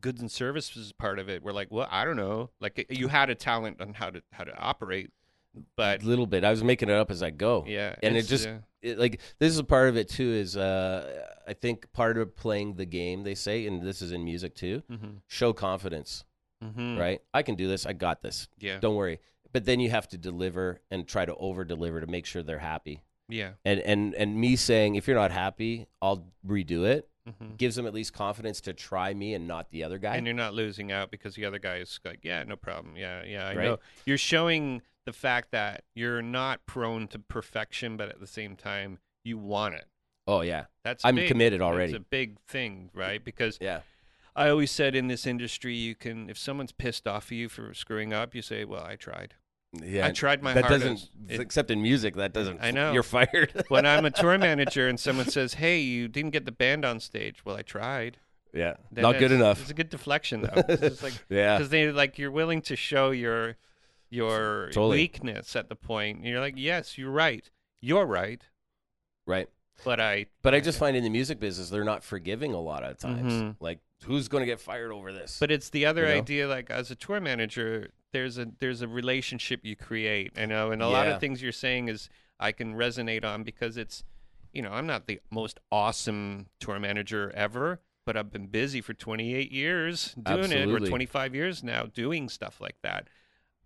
S1: goods and services part of it, were like, well, I don't know, like it- you had a talent on how to how to operate,
S2: a
S1: but
S2: little bit, I was making it up as I go.
S1: yeah,
S2: and it
S1: it's,
S2: just-
S1: yeah.
S2: It- like this is a part of it too is uh, I think part of playing the game they say, and this is in music too,
S1: Mhm.
S2: show confidence,
S1: Mhm.
S2: right? I can do this. I got this.
S1: Yeah.
S2: Don't worry. But then you have to deliver and try to over deliver to make sure they're happy.
S1: Yeah.
S2: And and and me saying if you're not happy, I'll redo it.
S1: Mhm.
S2: gives them at least confidence to try me and not the other guy.
S1: and you're not losing out because the other guy is like, yeah, no problem. Yeah, yeah, I
S2: Right.
S1: know. You're showing the fact that you're not prone to perfection, but at the same time, you want it.
S2: oh yeah,
S1: That's
S2: I'm
S1: big.
S2: committed
S1: It's
S2: already.
S1: a big thing, right? Because
S2: Yeah,
S1: I always said in this industry, you can if someone's pissed off at you for screwing up, you say, "Well, I tried.
S2: yeah.
S1: I tried my
S2: that doesn't,
S1: hardest." It-
S2: except in music, that doesn't.
S1: I know.
S2: you're fired.
S1: when I'm a tour manager and someone says, "Hey, you didn't get the band on stage," well, I tried.
S2: yeah,
S1: Then
S2: not good
S1: that's-
S2: enough.
S1: It's a good deflection, though. It's just like
S2: yeah,
S1: because they like you're willing to show your your
S2: Totally.
S1: weakness at the point. And you're like, yes, you're right, you're right,
S2: right.
S1: but I
S2: But I just find in the music business, they're not forgiving a lot of times.
S1: Mhm.
S2: Like, who's going to get fired over this?
S1: But it's the other
S2: You know?
S1: idea, like as a tour manager, there's a there's a relationship you create, you know, and a lot
S2: Yeah.
S1: of things you're saying is I can resonate on because it's, you know, I'm not the most awesome tour manager ever, but I've been busy for 28 years doing it,
S2: Absolutely.
S1: or 25 years now doing stuff like that.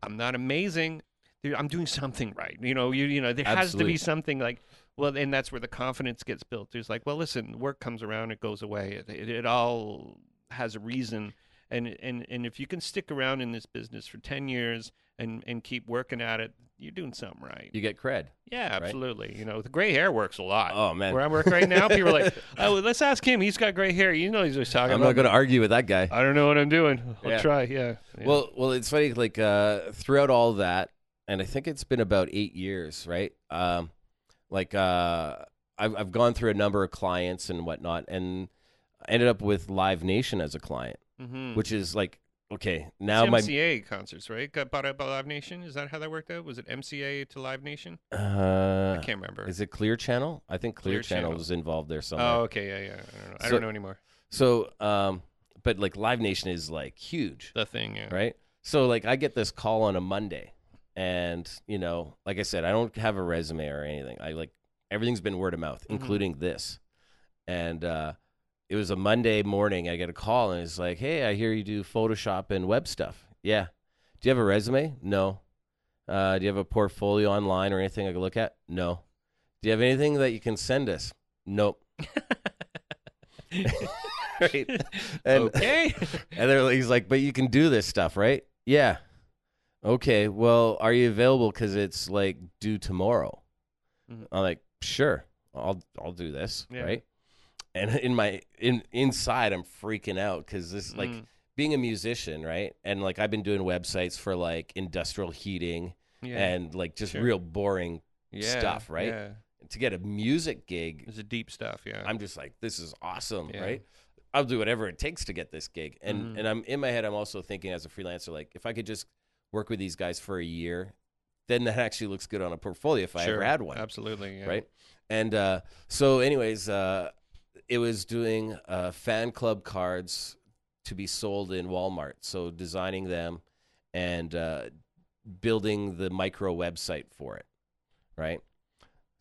S1: I'm not amazing. Dude, I'm doing something right, you know. You you know there has to
S2: Absolutely.
S1: be something like, well, and that's where the confidence gets built. There's like, well, listen, work comes around, it goes away. It it, it all has a reason and and and if you can stick around in this business for 10 years and and keep working at it you're doing something right
S2: you get cred.
S1: yeah
S2: right?
S1: absolutely you know the gray hair works a lot
S2: Oh man,
S1: where i work right now people are like oh let's ask him he's got gray hair you know he's just talking
S2: I'm
S1: about
S2: not going to argue with that guy.
S1: i don't know what i'm doing i'll
S2: Yeah.
S1: try yeah, yeah.
S2: Well, well, it's funny. Like uh, throughout all that, and I think it's been about eight years, right? Um, like uh, I've I've gone through a number of clients and whatnot, and I ended up with Live Nation as a client,
S1: Mhm.
S2: which is like okay now
S1: It's
S2: my
S1: MCA concerts, right? Got bought out by Live Nation. Is that how that worked out? Was it MCA to Live Nation? I
S2: uh,
S1: can't remember.
S2: is it Clear Channel? I think Clear,
S1: Clear
S2: Channel,
S1: Channel.
S2: was involved there somewhere.
S1: oh, okay, yeah, yeah. I don't know. I
S2: So-
S1: don't know anymore.
S2: So, um, but like Live Nation is like huge,
S1: The thing, yeah.
S2: right? So like I get this call on a Monday, and you know like i said i don't have a resume or anything i like everything's been word of mouth
S1: Mm-hmm.
S2: including this and uh it was a monday morning i get a call and it's like hey i hear you do photoshop and web stuff yeah do you have a resume no uh do you have a portfolio online or anything i could look at no do you have anything that you can send us nope right and
S1: okay.
S2: and they're, he's like, "But you can do this stuff, right?" Yeah. Okay. Well, are you available? Because it's like due tomorrow.
S1: Mhm.
S2: I'm like, sure. I'll I'll do this,
S1: Yeah.
S2: right? And in my in inside, I'm freaking out because this like
S1: Mm,
S2: being a musician, right? And like I've been doing websites for like industrial heating
S1: yeah.
S2: and like just
S1: Sure.
S2: real boring
S1: Yeah,
S2: stuff, right?
S1: Yeah.
S2: to get a music gig.
S1: It's a deep stuff, yeah.
S2: I'm just like, this is awesome,
S1: Yeah.
S2: right? I'll do whatever it takes to get this gig. And
S1: Mhm.
S2: and I'm in my head, I'm also thinking as a freelancer, like if I could just work with these guys for a year, then that actually looks good on a portfolio if I
S1: Sure,
S2: ever had one,
S1: Absolutely, yeah.
S2: right? And uh, so, anyways, uh, it was doing uh, fan club cards to be sold in Walmart. So designing them and uh, building the micro website for it, right?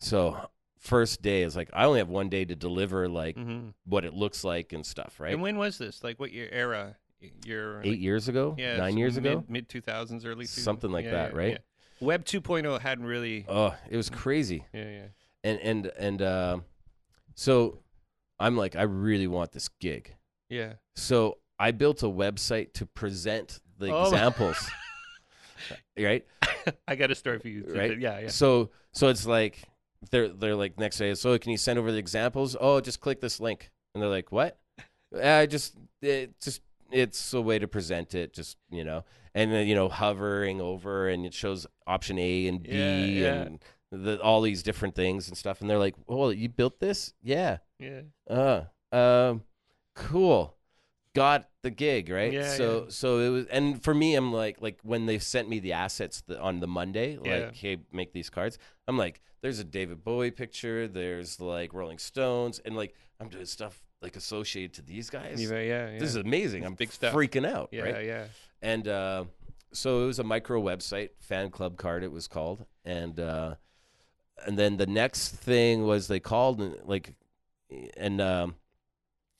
S2: So first day is like I only have one day to deliver like
S1: Mm-hmm.
S2: what it looks like and stuff, right?
S1: And when was this? Like, what year era? Y- Your
S2: Eight years ago,
S1: like, yeah,
S2: nine
S1: so
S2: years
S1: mid,
S2: ago,
S1: mid two thousands, early 2000s.
S2: Something like
S1: Yeah,
S2: that,
S1: yeah,
S2: right?
S1: yeah. Web 2.0 hadn't really.
S2: oh, it was crazy.
S1: yeah, yeah.
S2: And and and uh, so I'm like, I really want this gig.
S1: Yeah.
S2: So I built a website to present the
S1: Oh.
S2: examples, right?
S1: I got a story for you. to-
S2: Right?
S1: Yeah, yeah.
S2: So so it's like they're they're like next day. So can you send over the examples? Oh, just click this link. And they're like, what? I just it just it's a way to present it. Just you know, and then you know, hovering over, and it shows option A and B
S1: Yeah, yeah.
S2: and the, all these different things and stuff. And they're like, oh, you built this? Yeah.
S1: Yeah.
S2: Uh, um, cool. Got the gig, right?
S1: Yeah,
S2: so,
S1: yeah.
S2: so it was, and for me, I'm like, like when they sent me the assets the, on the Monday, like,
S1: Yeah.
S2: hey, make these cards. I'm like, there's a David Bowie picture, there's like Rolling Stones, and like I'm doing stuff like associated to these guys.
S1: uh, Yeah, yeah.
S2: This is amazing.
S1: It's
S2: I'm
S1: big stuff.
S2: freaking out,
S1: yeah,
S2: right?
S1: yeah.
S2: and uh, so it was a micro website fan club card it was called and uh, and then the next thing was they called and like and um,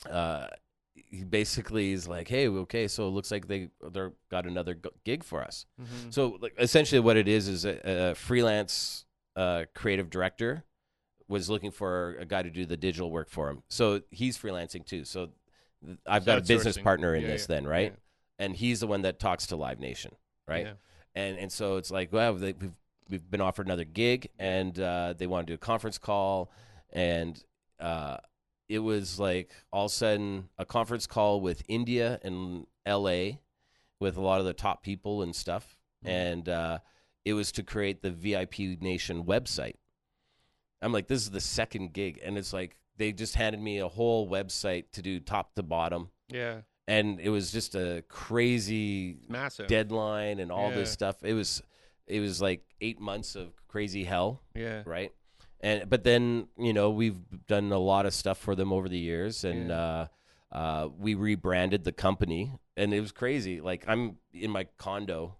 S2: uh, he basically is like hey okay so it looks like they they're got another g- gig for us
S1: Mhm.
S2: so like essentially what it is is a, a freelance uh, creative director was looking for a guy to do the digital work for him so he's freelancing too so th- I've got a business
S1: Outsourcing.
S2: partner in
S1: Yeah,
S2: this
S1: yeah,
S2: then right and he's the one that talks to Live Nation, right?
S1: Yeah.
S2: And and so it's like, well, they, we've we've been offered another gig, and uh, they want to do a conference call, and uh, it was like all of a sudden a conference call with India and L.A. with a lot of the top people and stuff,
S1: Mhm.
S2: and uh, it was to create the VIP Nation website. I'm like, this is the second gig, and it's like they just handed me a whole website to do top to bottom.
S1: Yeah.
S2: And it was just a crazy
S1: Massive.
S2: deadline and all this
S1: Yeah.
S2: stuff. It was it was like eight months of crazy hell,
S1: Yeah.
S2: right? And but then you know we've done a lot of stuff for them over the years, and uh, uh, we rebranded the company, and it was crazy. Like I'm in my condo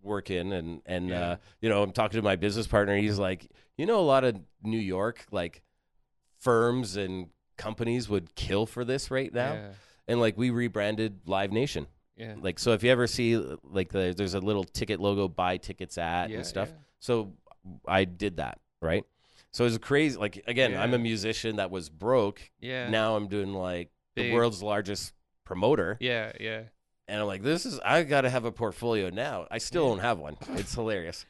S2: working and and
S1: Yeah.
S2: uh, you know i'm talking to my business partner he's like you know a lot of new york like firms and companies would kill for this right now
S1: Yeah.
S2: and like we rebranded live nation
S1: Yeah.
S2: like so if you ever see like the, there's a little ticket logo buy tickets at
S1: yeah,
S2: and stuff
S1: yeah.
S2: so i did that right so it's crazy like again i'm
S1: Yeah.
S2: a musician that was broke
S1: Yeah.
S2: now i'm doing like the
S1: Big.
S2: world's largest promoter
S1: Yeah. Yeah.
S2: and i'm like this is i gotta have a portfolio now i still
S1: Yeah.
S2: don't have one it's hilarious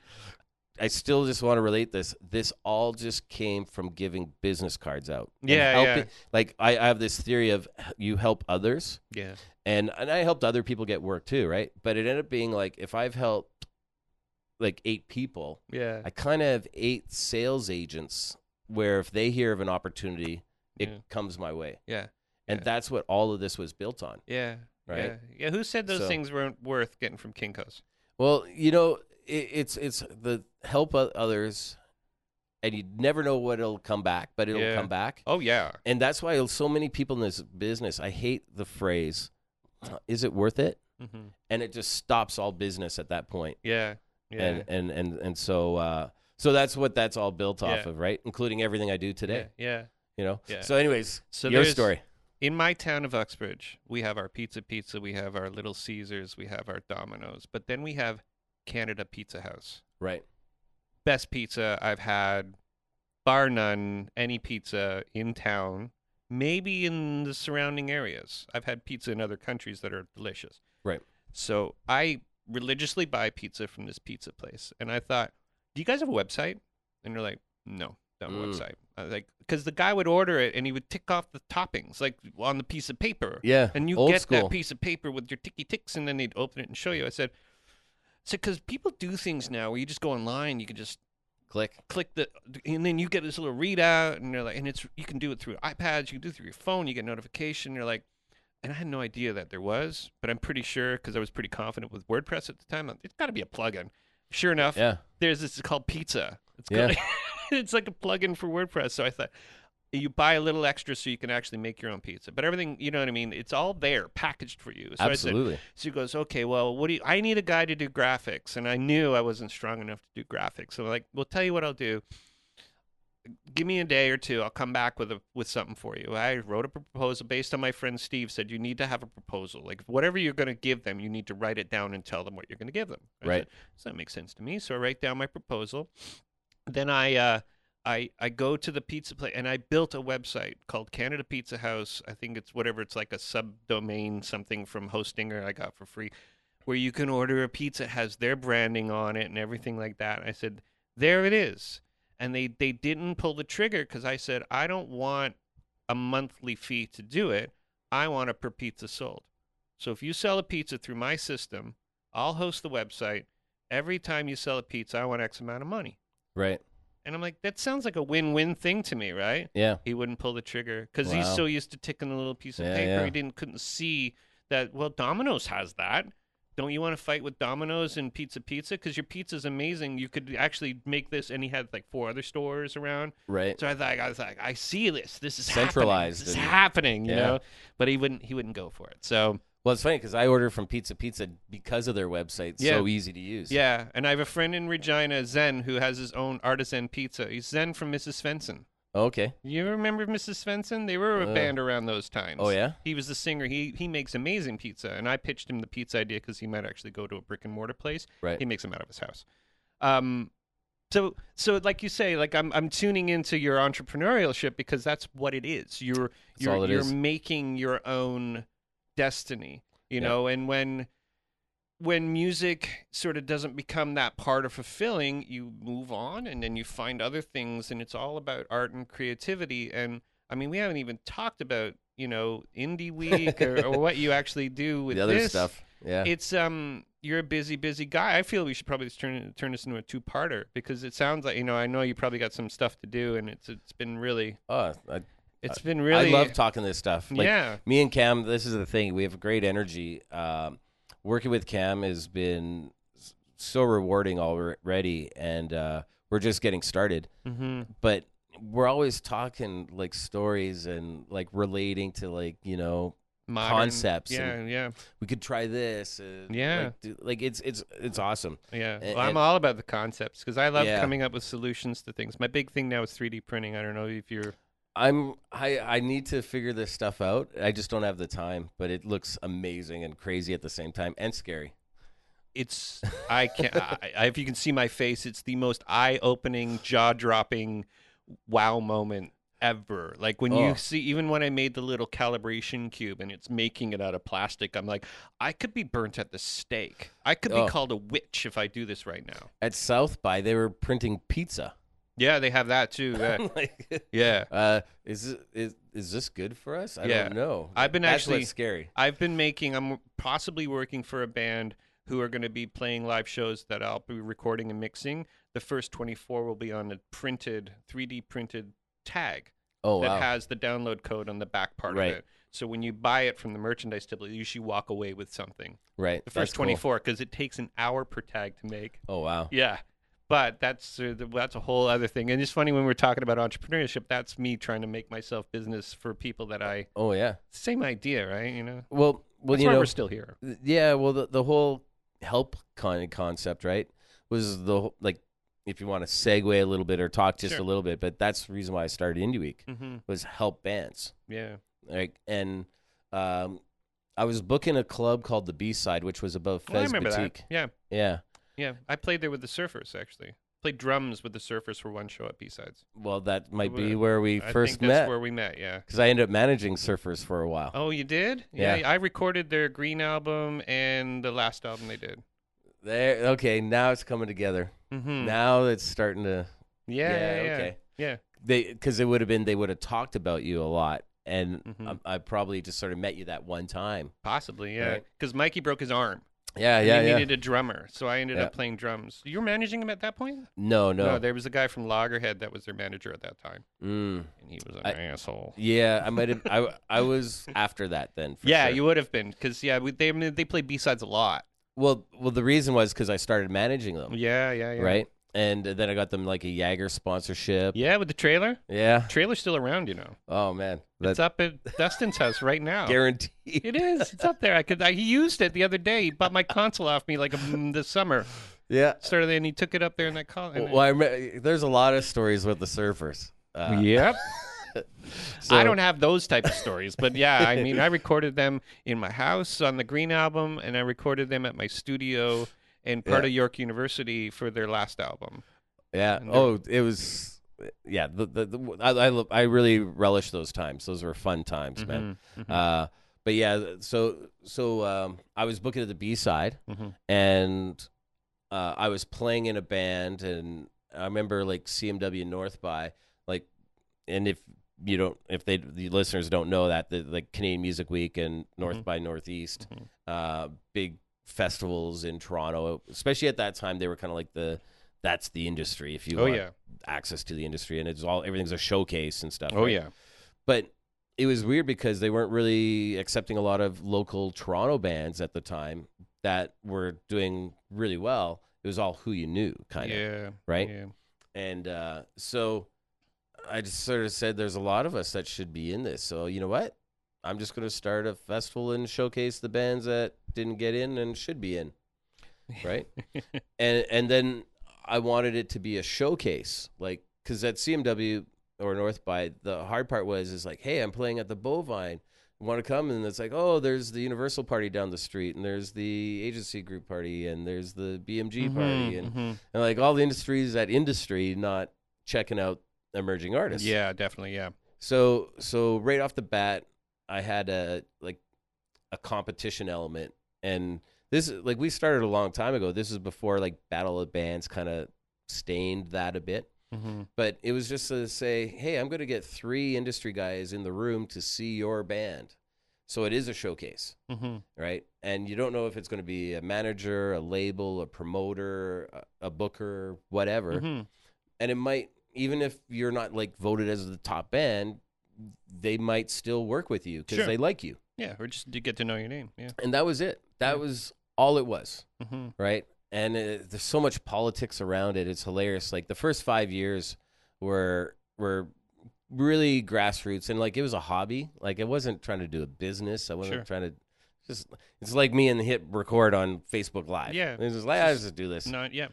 S2: i still just want to relate this this all just came from giving business cards out and
S1: Yeah, yeah.
S2: helping- like I, I have this theory of you help others
S1: Yeah.
S2: and and I helped other people get work too, right? But it ended up being like if I've helped like eight people,
S1: Yeah.
S2: I kind of have eight sales agents where if they hear of an opportunity, it
S1: Yeah.
S2: comes my way,
S1: Yeah.
S2: and
S1: Yeah.
S2: that's what all of this was built on.
S1: Yeah.
S2: Right?
S1: Yeah. Yeah. Who said those
S2: So-
S1: things weren't worth getting from Kinko's?
S2: Well, you know, it, it's it's the help o- others, and you never know what it'll come back, but it'll
S1: Yeah.
S2: come back,
S1: Oh yeah.
S2: and that's why so many people in this business. I hate the phrase, "Is it worth it?"
S1: hmm
S2: Mm-hmm. and it just stops all business at that point.
S1: Yeah. Yeah.
S2: and and and and so uh, so that's what that's all built off
S1: Yeah.
S2: of, right? Including everything I do today.
S1: Yeah. yeah.
S2: You know.
S1: Yeah.
S2: So, anyways,
S1: So
S2: your
S1: there's-
S2: story.
S1: In my town of Uxbridge, we have our Pizza Pizza, we have our Little Caesars, we have our Domino's, but then we have Canada Pizza House.
S2: Right.
S1: Best pizza I've had, bar none, any pizza in town, maybe in the surrounding areas. I've had pizza in other countries that are delicious.
S2: Right.
S1: So I religiously buy pizza from this pizza place. And I thought, do you guys have a website? And they're like, no, don't have a
S2: Mm.
S1: website. I was like, because the guy would order it and he would tick off the toppings, like on the piece of paper.
S2: Yeah.
S1: And you
S2: Old
S1: get
S2: school.
S1: that piece of paper with your ticky ticks, and then they'd open it and show you. I said, "So, because people do things now where you just go online, you can just
S2: Click.
S1: click the, and then you get this little readout, and you're like, and it's you can do it through iPads, you can do it through your phone, you get notification. You're like, and I had no idea that there was, but I'm pretty sure because I was pretty confident with WordPress at the time. It's got to be a plugin. Sure enough,
S2: Yeah.
S1: there's this called pizza. It's
S2: Yeah.
S1: called, it's like a plugin for WordPress. So I thought you buy a little extra so you can actually make your own pizza. But everything, you know what I mean? It's all there, packaged for you. So I said,
S2: Absolutely.
S1: so he goes, okay, well, what do you, I need a guy to do graphics, and I knew I wasn't strong enough to do graphics. So I'm like, well, tell you what I'll do. Give me a day or two. I'll come back with a with something for you. I wrote a proposal based on my friend Steve said you need to have a proposal. Like whatever you're going to give them, you need to write it down and tell them what you're going to give them. I
S2: Right.
S1: Said, so that makes sense to me. So I write down my proposal. Then I uh, I I go to the pizza place and I built a website called Canada Pizza House. I think it's whatever it's like a subdomain something from Hostinger I got for free, where you can order a pizza it has their branding on it and everything like that. I said there it is, and they they didn't pull the trigger because I said I don't want a monthly fee to do it. I want a per pizza sold. So if you sell a pizza through my system, I'll host the website. Every time you sell a pizza, I want X amount of money.
S2: Right.
S1: And I'm like, that sounds like a win-win thing to me, right?
S2: Yeah.
S1: He wouldn't pull the trigger because he's
S2: Wow.
S1: so used to ticking the little piece of
S2: Yeah,
S1: paper.
S2: yeah.
S1: He didn't couldn't see that. Well, Domino's has that. Don't you want to fight with Domino's and Pizza Pizza because your pizza's amazing? You could actually make this, and he had like four other stores around.
S2: Right.
S1: So I thought I was like, I see this. This is Happening.
S2: Centralized
S1: This is
S2: and-
S1: happening, you
S2: Yeah.
S1: know. But he wouldn't. He wouldn't go for it. So
S2: Well, it's funny because I order from Pizza Pizza because of their website. It's So easy to use.
S1: yeah. And I have a friend in Regina, Zen, who has his own artisan pizza. He's Zen from Mrs. Svensson.
S2: Okay.
S1: You remember Mrs. Svensson? They were a
S2: Uh,
S1: band around those times.
S2: Oh yeah.
S1: He was the singer. He he makes amazing pizza, and I pitched him the pizza idea because he might actually go to a brick and mortar place.
S2: Right.
S1: He makes them out of his house. Um, so so like you say, like I'm I'm tuning into your entrepreneurship because that's what it is. You're you're
S2: all it
S1: you're
S2: is.
S1: making your own destiny, you
S2: Yeah.
S1: know. And when when music sort of doesn't become that part of fulfilling, you move on and then you find other things, and it's all about art and creativity. And I mean, we haven't even talked about you know indie week or, or what you actually do with
S2: The other
S1: this
S2: stuff. Yeah.
S1: it's um you're a busy busy guy i feel we should probably just turn turn this into a two-parter because it sounds like you know i know you probably got some stuff to do and it's it's been really
S2: oh, I,
S1: it's been really
S2: I love talking this stuff. Like,
S1: yeah
S2: me and Cam, this is the thing. We have great energy. Um, working with Cam has been s- so rewarding already, and uh, we're just getting started.
S1: mm-hmm.
S2: But we're always talking like stories and like relating to like you know Concepts
S1: yeah
S2: and-
S1: yeah
S2: we could try this. And,
S1: Yeah.
S2: like, do, like it's it's it's awesome.
S1: yeah
S2: a-
S1: well, i'm
S2: and-
S1: all about the concepts because i love
S2: Yeah.
S1: coming up with solutions to things my big thing now is 3d printing i don't know if you're
S2: I'm I I need to figure this stuff out. I just don't have the time, but it looks amazing and crazy at the same time and scary.
S1: it's i can't I, I, if you can see my face it's the most eye-opening jaw-dropping wow moment ever like when
S2: Oh.
S1: you see even when i made the little calibration cube and it's making it out of plastic i'm like i could be burnt at the stake i could be
S2: Oh.
S1: called a witch if i do this right now
S2: At South by, they were printing pizza.
S1: yeah they have that too yeah
S2: like,
S1: yeah
S2: Uh, is this, is is this good for us? I
S1: Yeah.
S2: don't know.
S1: I've been
S2: That's
S1: actually-
S2: what's scary.
S1: I've been making. I'm possibly working for a band who are going to be playing live shows that I'll be recording and mixing. The first 24 will be on a printed 3D printed tag
S2: Oh
S1: that
S2: wow,
S1: has the download code on the back part
S2: Right.
S1: of it. So when you buy it from the merchandise table, you should walk away with something.
S2: right?
S1: The first
S2: That's cool.
S1: 24 because it takes an hour per tag to make.
S2: Oh wow,
S1: Yeah. But that's uh, the- that's a whole other thing, and it's funny when we're talking about entrepreneurship. That's me trying to make myself business for people that I
S2: oh yeah.
S1: same idea, right? You know,
S2: Well, well,
S1: that's
S2: you
S1: why
S2: know,
S1: we're still here.
S2: th- yeah. Well, the the whole help kind of concept, right? was the wh- like if you want to segue a little bit or talk just
S1: Sure.
S2: a little bit, but that's the reason why I started Indie Week
S1: Mm-hmm.
S2: was help bands.
S1: Yeah.
S2: Like and um I was booking a club called the B side, which was above
S1: Well, Oh, I
S2: Fez
S1: remember
S2: Boutique.
S1: that. Yeah.
S2: Yeah.
S1: Yeah. I played there with the Surfers, actually. Played drums with the Surfers for one show at B-Sides.
S2: Well, that might
S1: Well,
S2: be where we
S1: I
S2: first
S1: think that's
S2: met
S1: where we met, yeah.
S2: because I ended up managing Surfers for a while.
S1: Oh, you did?
S2: Yeah.
S1: I recorded their Green album and the last album they did.
S2: There, okay, now it's coming together.
S1: Mm-hmm.
S2: Now it's starting to.
S1: yeah, yeah, yeah.
S2: okay.
S1: Yeah.
S2: They because it would have been they would have talked about you a lot, and
S1: Mhm.
S2: I, I probably just sort of met you that one time.
S1: Possibly, yeah.
S2: Right.
S1: Because Mikey broke his arm.
S2: Yeah,
S1: and
S2: yeah,
S1: he
S2: yeah.
S1: needed a drummer, so I ended
S2: Yeah.
S1: up playing drums. You were managing him at that point?
S2: no, no.
S1: there was a guy from Loggerhead that was their manager at that time,
S2: mm.
S1: and he was an
S2: I-
S1: asshole.
S2: Yeah, I might have. I I was after that then. For
S1: yeah,
S2: sure.
S1: you would have been, because yeah, we, they I mean, they played B sides a lot.
S2: Well, well, the reason was because I started managing them,
S1: Yeah, yeah, yeah.
S2: right? And then I got them like a Jagger sponsorship.
S1: Yeah, with the trailer.
S2: Yeah.
S1: Trailer's still around, you know.
S2: Oh man, that's
S1: it's up at Dustin's house right now.
S2: guaranteed.
S1: It is. It's up there. I could. I, he used it the other day. He bought my console off me like um, this summer.
S2: Yeah.
S1: Started and he took it up there in that console.
S2: Well, I remember, there's a lot of stories with the surfers. Uh,
S1: yep.
S2: so-
S1: I don't have those type of stories, but yeah, I mean, I recorded them in my house on the Green album, and I recorded them at my studio in part of York University for their last album.
S2: Yeah.
S1: And they're-
S2: Oh, it was. Yeah. The, the, the I I, lo- I really relish those times. Those were fun times, man.
S1: Mhm, mhm,
S2: Uh, but yeah. So so um, I was booking at the B side,
S1: mhm.
S2: and uh, I was playing in a band, and I remember like CMW North by like, and if you don't, if they the listeners don't know that the like Canadian Music Week and North
S1: Mhm.
S2: by Northeast,
S1: Mhm.
S2: uh, big festivals in Toronto, especially at that time, they were kind of like the that's the industry if you
S1: Oh
S2: want
S1: yeah.
S2: access to the industry, and it's all everything's a showcase and stuff.
S1: Oh
S2: right?
S1: yeah.
S2: but it was weird because they weren't really accepting a lot of local Toronto bands at the time that were doing really well. It was all who you knew, kind of
S1: Yeah.
S2: right.
S1: Yeah.
S2: And uh, so I just sort of said, "There's a lot of us that should be in this." So you know what? I'm just going to start a festival and showcase the bands that didn't get in and should be in, right? and and then I wanted it to be a showcase, like because at CMW or North by the hard part was is like, hey, I'm playing at the Bovine. Want to come? And it's like, oh, there's the Universal party down the street, and there's the agency group party, and there's the BMG party,
S1: Mhm,
S2: and
S1: mhm.
S2: and like all the industries that industry not checking out emerging artists
S1: yeah, definitely. Yeah.
S2: so so right off the bat i had a like a competition element and this is- like we started a long time ago this is before like battle of bands kind of stained that a bit
S1: Mm-hmm.
S2: but it was just to say hey i'm going to get three industry guys in the room to see your band so it is a showcase
S1: Mm-hmm.
S2: right? And you don't know if it's going to be a manager, a label, a promoter, a, a booker, whatever.
S1: Mhm.
S2: And it might, even if you're not like voted as the top band, they might still work with you because
S1: Sure.
S2: they like you.
S1: Yeah, or just to get to know your name. Yeah.
S2: And that was it. That
S1: Yeah.
S2: was all it was,
S1: Mm-hmm.
S2: right? And it, there's so much politics around it. It's hilarious. Like the first five years were were really grassroots, and like it was a hobby. Like I wasn't trying to do a business. I wasn't
S1: Sure.
S2: trying to just. It's like me and hit record on Facebook Live.
S1: Yeah.
S2: it's just like I just do this.
S1: Not yeah.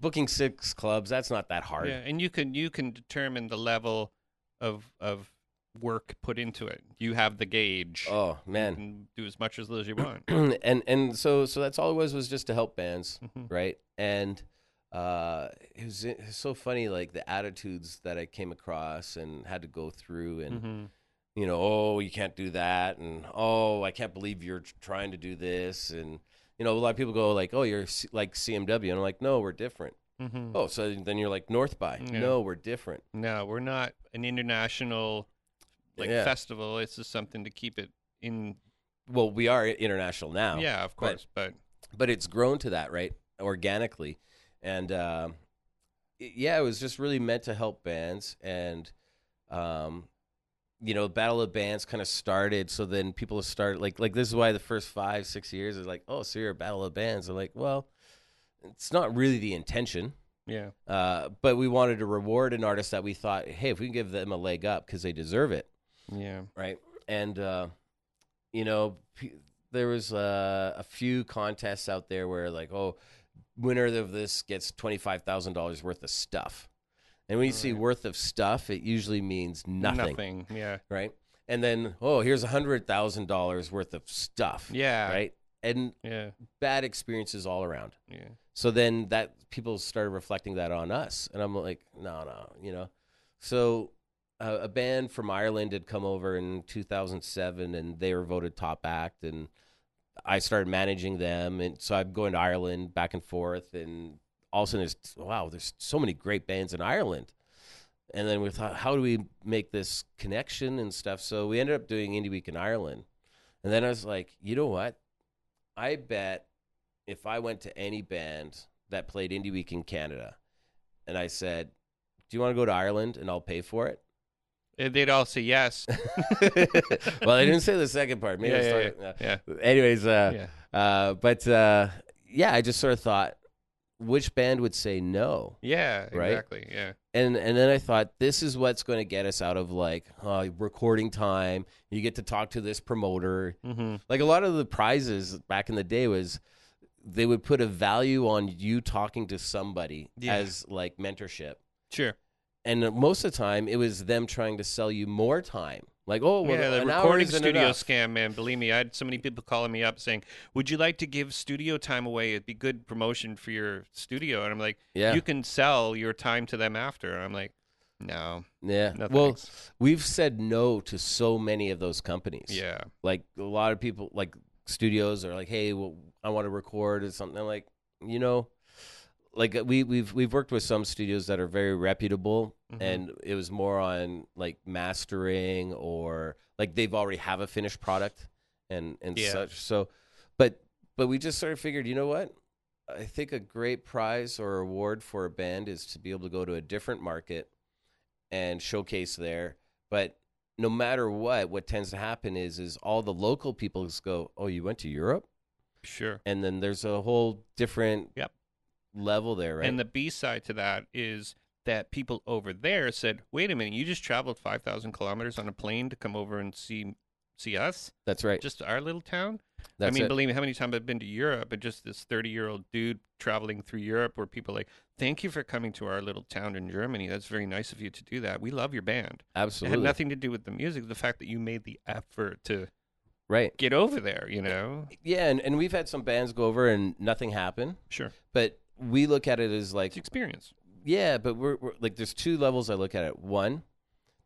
S2: Booking six clubs. That's not that hard.
S1: Yeah, and you can you can determine the level of of work put into it. You have the gauge.
S2: Oh
S1: You
S2: man.
S1: can do as much as little as you want.
S2: and and so so that's all it was was just to help bands.
S1: Mhm.
S2: right? And uh, it was it was so funny, like the attitudes that I came across and had to go through, and
S1: Mhm.
S2: you know, oh, you can't do that, and oh, I can't believe you're tr- trying to do this, and you know, a lot of people go like, oh, you're C- like CMW, and I'm like, no, we're different.
S1: Mhm.
S2: Oh, so then you're like North by,
S1: Yeah.
S2: no, we're different.
S1: No, we're not an international like
S2: Yeah.
S1: festival. It's just something to keep it in.
S2: Well, we are international now,
S1: yeah, of course, but,
S2: but it's grown to that right organically and um, it- yeah it was just really meant to help bands and um, you know battle of bands kind of started so then people started like like this is why the first five six years is like oh so you're a battle of bands i'm like well it's not really the intention
S1: yeah,
S2: uh, but we wanted to reward an artist that we thought hey if we can give them a leg up because they deserve it
S1: yeah.
S2: right? And uh, you know, p- there was uh, a few contests out there where like, oh, winner of this gets twenty five thousand dollars worth of stuff. And when you see
S1: Right.
S2: worth of stuff, it usually means nothing,
S1: Yeah.
S2: right? And then oh, here's hundred thousand dollars worth of stuff,
S1: Yeah.
S2: right? And
S1: Yeah.
S2: bad experiences all around.
S1: Yeah.
S2: So then that people started reflecting that on us, and I'm like, no, no, you know. So uh, a band from Ireland had come over in 2007, and they were voted top act, and I started managing them, and so I'm going to Ireland back and forth, and all of a sudden there's wow, there's so many great bands in Ireland, and then we thought, how do we make this connection and stuff? So we ended up doing Indie Week in Ireland, and then I was like, you know what? I bet if I went to any band that played Indie Week in Canada and I said, Do you want to go to Ireland and I'll pay for it?
S1: And They'd all say yes.
S2: well, I didn't say the second part. Maybe
S1: Yeah,
S2: I
S1: yeah,
S2: started. uh,
S1: Yeah.
S2: Anyways, uh,
S1: yeah.
S2: uh, but uh, yeah, I just sort of thought, which band would say no?
S1: Yeah.
S2: right?
S1: Exactly. Yeah.
S2: and and then I thought this is what's going to get us out of like uh, recording time. You get to talk to this promoter.
S1: Mm-hmm.
S2: Like a lot of the prizes back in the day was they would put a value on you talking to somebody
S1: Yeah.
S2: as like mentorship.
S1: Sure.
S2: And most of the time, it was them trying to sell you more time. Like, oh, well,
S1: yeah, the
S2: an hour
S1: recording
S2: isn't
S1: studio
S2: enough.
S1: scam, man. Believe me, I had so many people calling me up saying, "Would you like to give studio time away? It'd be good promotion for your studio." And I'm like,
S2: Yeah,
S1: "You can sell your time to them after." And I'm like, "No,
S2: yeah.
S1: no
S2: well,
S1: thanks."
S2: we've said no to so many of those companies.
S1: yeah,
S2: like a lot of people like studios are like hey well i want to record or something I'm like you know like uh, we we've we've worked with some studios that are very reputable
S1: Mhm.
S2: and it was more on like mastering or like they've already have a finished product and and
S1: Yeah.
S2: such so but but we just sort of figured you know what i think a great prize or award for a band is to be able to go to a different market and showcase there but no matter what what tends to happen is is all the local people just go oh you went to europe
S1: sure.
S2: and then there's a whole different
S1: Yep.
S2: level there right
S1: And the B side to that is that people over there said, "Wait a minute, you just traveled five thousand kilometers on a plane to come over and see see us,
S2: that's right
S1: just our little town." I
S2: that's
S1: mean,
S2: it.
S1: believe me, how many times I've been to Europe and just this 30 year old dude traveling through Europe where people are like, thank you for coming to our little town in Germany. That's very nice of you to do that. We love your band.
S2: absolutely
S1: It had nothing to do with the music, the fact that you made the effort to
S2: right
S1: get over there, you know?
S2: yeah and, and we've had some bands go over and nothing happened
S1: Sure.
S2: but we look at it as like
S1: It's experience.
S2: yeah but we're, we're like there's two levels i look at it one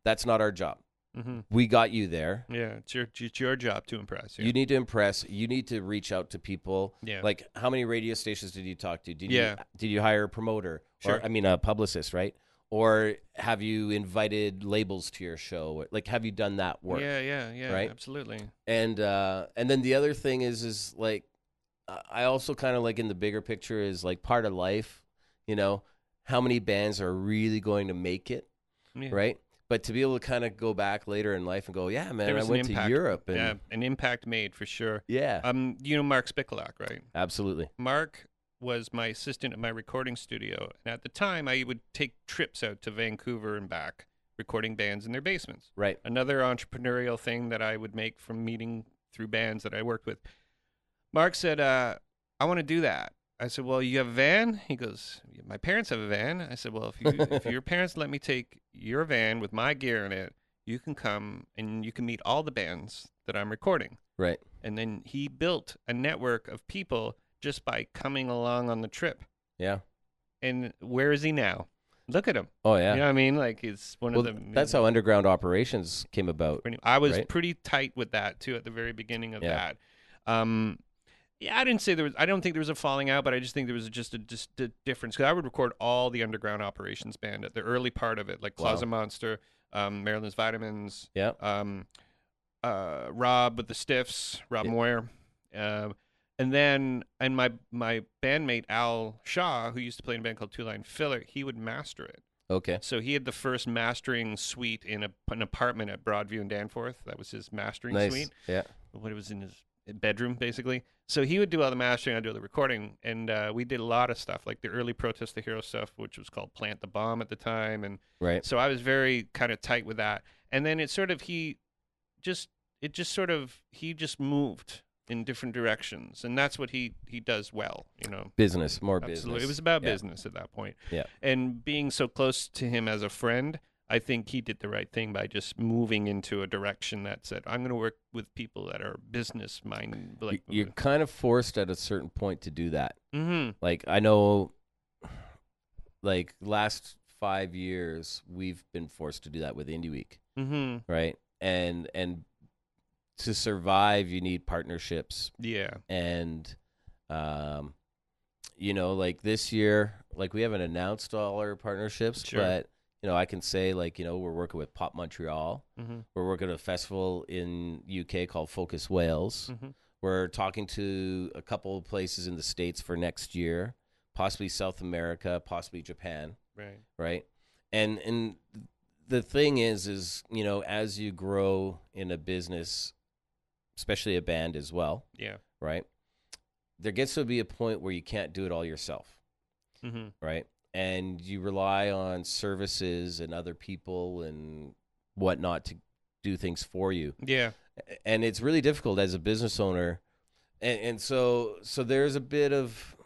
S2: that's not our job
S1: hmm
S2: we got you there
S1: Yeah. It's your, it's your job to impress. Yeah.
S2: you need to impress you need to reach out to people
S1: yeah.
S2: like how many radio stations did you talk to did you
S1: Yeah.
S2: did you hire a promoter or
S1: Sure.
S2: i mean a publicist right or have you invited labels to your show like have you done that work
S1: Yeah, yeah, yeah.
S2: right?
S1: Absolutely.
S2: and uh and then the other thing is is like I- i also kind of like in the bigger picture is like part of life you know how many bands are really going to make it
S1: Yeah.
S2: right but to be able to kind of go back later in life and go yeah man
S1: There
S2: i
S1: was an
S2: went to
S1: impact.
S2: europe and
S1: Yeah.
S2: yeah,
S1: An impact made for sure. Um, you know Mark Spikelak, right?
S2: absolutely
S1: Mark was my assistant at my recording studio. And at the time, I would take trips out to Vancouver and back, recording bands in their basements.
S2: right
S1: Another entrepreneurial thing that I would make from meeting through bands that I worked with. Mark said, uh, I want to do that. I said, Well, you have a van? He goes, My parents have a van. I said, Well, if, you, if your parents let me take your van with my gear in it, you can come and you can meet all the bands that I'm recording.
S2: right
S1: And then he built a network of people just by coming along on the trip.
S2: yeah
S1: And where is he now? Look at him.
S2: oh yeah
S1: You know what I mean? Like he's one
S2: well,
S1: of the.
S2: that's how underground operations came about
S1: I was
S2: right?
S1: pretty tight with that too at the very beginning of
S2: Yeah.
S1: that. Um, yeah, I didn't say there was. I don't think there was a falling out, but I just think there was just a just a difference. Because I would record all the underground operations band at the early part of it, like
S2: Wow.
S1: Closet Monster, um, Maryland's Vitamins,
S2: yeah
S1: um, uh, Rob with the Stiffs, Rob
S2: Yeah.
S1: Moyer, um, and then and my my bandmate Al Shaw, who used to play in a band called Two Line Filler, he would master it.
S2: okay
S1: So he had the first mastering suite in a, an apartment at Broadview and Danforth. That was his mastering
S2: nice
S1: suite.
S2: yeah
S1: What it was in his bedroom basically. So he would do all the mastering, I'd do all the recording, and uh, we did a lot of stuff like the early Protest the Hero stuff, which was called Plant the Bomb at the time, and
S2: right
S1: so I was very kind of tight with that. And then it sort of he just it just sort of he just moved in different directions, and that's what he he does well. You know,
S2: business, more
S1: absolutely.
S2: business.
S1: It was about
S2: Yeah.
S1: business at that point.
S2: Yeah.
S1: and being so close to him as a friend. I think he did the right thing by just moving into a direction that said, "I'm going to work with people that are business minded." Like, uh,
S2: You- You're kind of forced at a certain point to do that.
S1: mm-hmm.
S2: Like I know, like last five years we've been forced to do that with Indie Week,
S1: Mm-hmm.
S2: right? And and to survive, you need partnerships
S1: Yeah.
S2: and um you know like this year like we haven't announced all our partnerships
S1: Sure.
S2: but you know i can say like you know we're working with pop montreal
S1: Mm-hmm.
S2: we're working at a festival in uk called focus wales
S1: Mm-hmm.
S2: we're talking to a couple of places in the states for next year possibly south america possibly japan
S1: Right.
S2: right and and the thing is is you know as you grow in a business especially a band as well
S1: Yeah.
S2: right? There gets to be a point where you can't do it all yourself,
S1: Mm-hmm.
S2: right? And you rely on services and other people and whatnot to do things for you.
S1: Yeah.
S2: And it's really difficult as a business owner. And, and so, so there's a bit of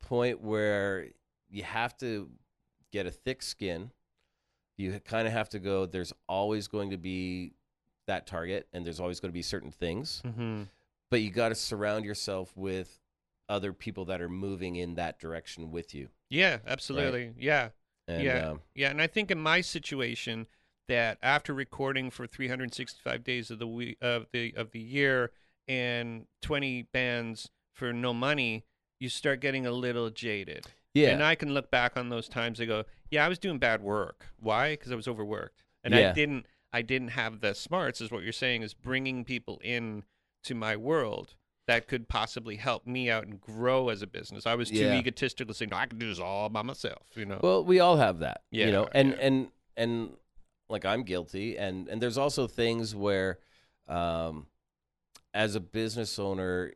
S2: point where you have to get a thick skin. You kind of have to go. There's always going to be that target, and there's always going to be certain things
S1: Mm-hmm.
S2: but you got to surround yourself with other people that are moving in that direction with you.
S1: Yeah. Absolutely. Yeah.
S2: And,
S1: Yeah.
S2: um,
S1: Yeah, and I think in my situation that after recording for 365 days of the week of the of the year and 20 bands for no money, you start getting a little jaded.
S2: yeah,
S1: And I can look back on those times and go, yeah, I was doing bad work. Why? Because I was overworked, and I
S2: Yeah.
S1: didn't I didn't have the smarts. Is what you're saying is bringing people in to my world that could possibly help me out and grow as a business. I was too
S2: Yeah.
S1: egotistical, saying, no, I can do this all by myself. You know.
S2: well, we all have that,
S1: Oh. Yeah,
S2: you know, and
S1: yeah.
S2: and and like I'm guilty, and and there's also things where, um, as a business owner,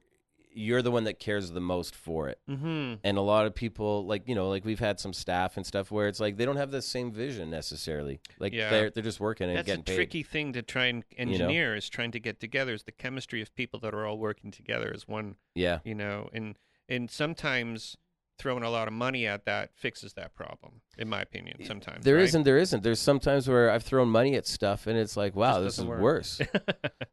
S2: you're the one that cares the most for it,
S1: mm-hmm.
S2: and a lot of people like you know like we've had some staff and stuff where it's like they don't have the same vision necessarily, like
S1: Yeah.
S2: they're they're just working and
S1: That's
S2: getting
S1: a tricky thing to try and
S2: know?
S1: engineer is trying to get together is the chemistry of people that are all working together as one,
S2: paid. Yeah,
S1: you know, and and sometimes throwing a lot of money at that fixes that problem, in my opinion. Sometimes
S2: There
S1: right?
S2: not There isn't. There's sometimes where I've thrown money at stuff, and it's like,
S1: Just
S2: wow, this is
S1: doesn't work.
S2: worse.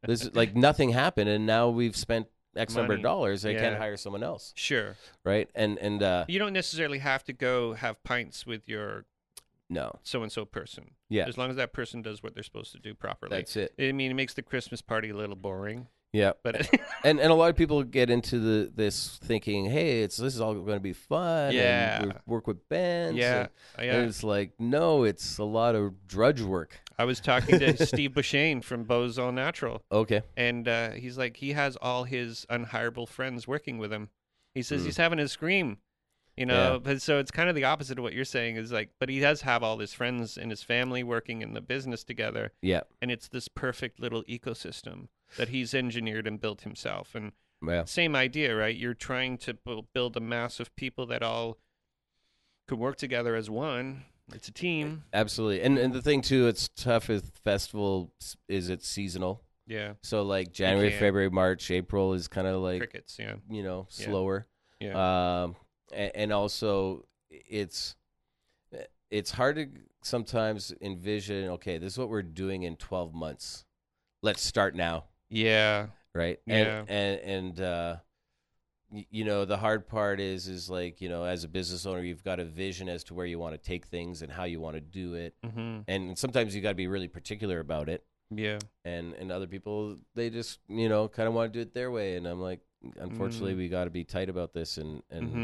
S2: this is like nothing happened, and now we've spent X number
S1: Money.
S2: of dollars. I can't
S1: Yeah.
S2: hire someone else,
S1: Sure,
S2: right? And and uh,
S1: you don't necessarily have to go have pints with your
S2: no,
S1: so and so person.
S2: Yeah.
S1: as long as that person does what they're supposed to do properly.
S2: that's it.
S1: I mean, it makes the Christmas party a little boring,
S2: Yeah,
S1: but
S2: and and a lot of people get into the this thinking, hey, it's this is all going to be fun. and
S1: Yeah.
S2: we work with bands.
S1: yeah,
S2: and-
S1: yeah.
S2: and it's like, no, it's a lot of drudge work.
S1: I was talking to Steve Bushane from Bo's All Natural.
S2: Okay,
S1: and uh, he's like he has all his unhireable friends working with him. He says he's having a scream, you know.
S2: Hmm. Yeah.
S1: But so it's kind of the opposite of what you're saying is like, but he does have all his friends and his family working in the business together,
S2: yeah,
S1: and it's this perfect little ecosystem that he's engineered and built himself. And
S2: yeah,
S1: same idea, right? You're trying to bu- build a mass of people that all can work together as one. It's a team.
S2: absolutely. And and the thing too, it's tough with festival s- is it's seasonal.
S1: Yeah.
S2: So like January,
S1: can't-
S2: February, March, April is kind of like
S1: Crickets. Yeah.
S2: you know
S1: Yeah.
S2: slower.
S1: Yeah.
S2: Um, and, and also it's it's hard to sometimes envision. Okay, this is what we're doing in twelve months. Let's start now,
S1: yeah.
S2: right?
S1: Yeah.
S2: And and, and uh, y- you know the hard part is is like you know as a business owner you've got a vision as to where you want to take things and how you want to do it,
S1: Mm-hmm.
S2: and sometimes you got to be really particular about it
S1: Yeah.
S2: and and other people they just you know kind of want to do it their way and i'm like unfortunately we got to be tight about this and and
S1: Mm.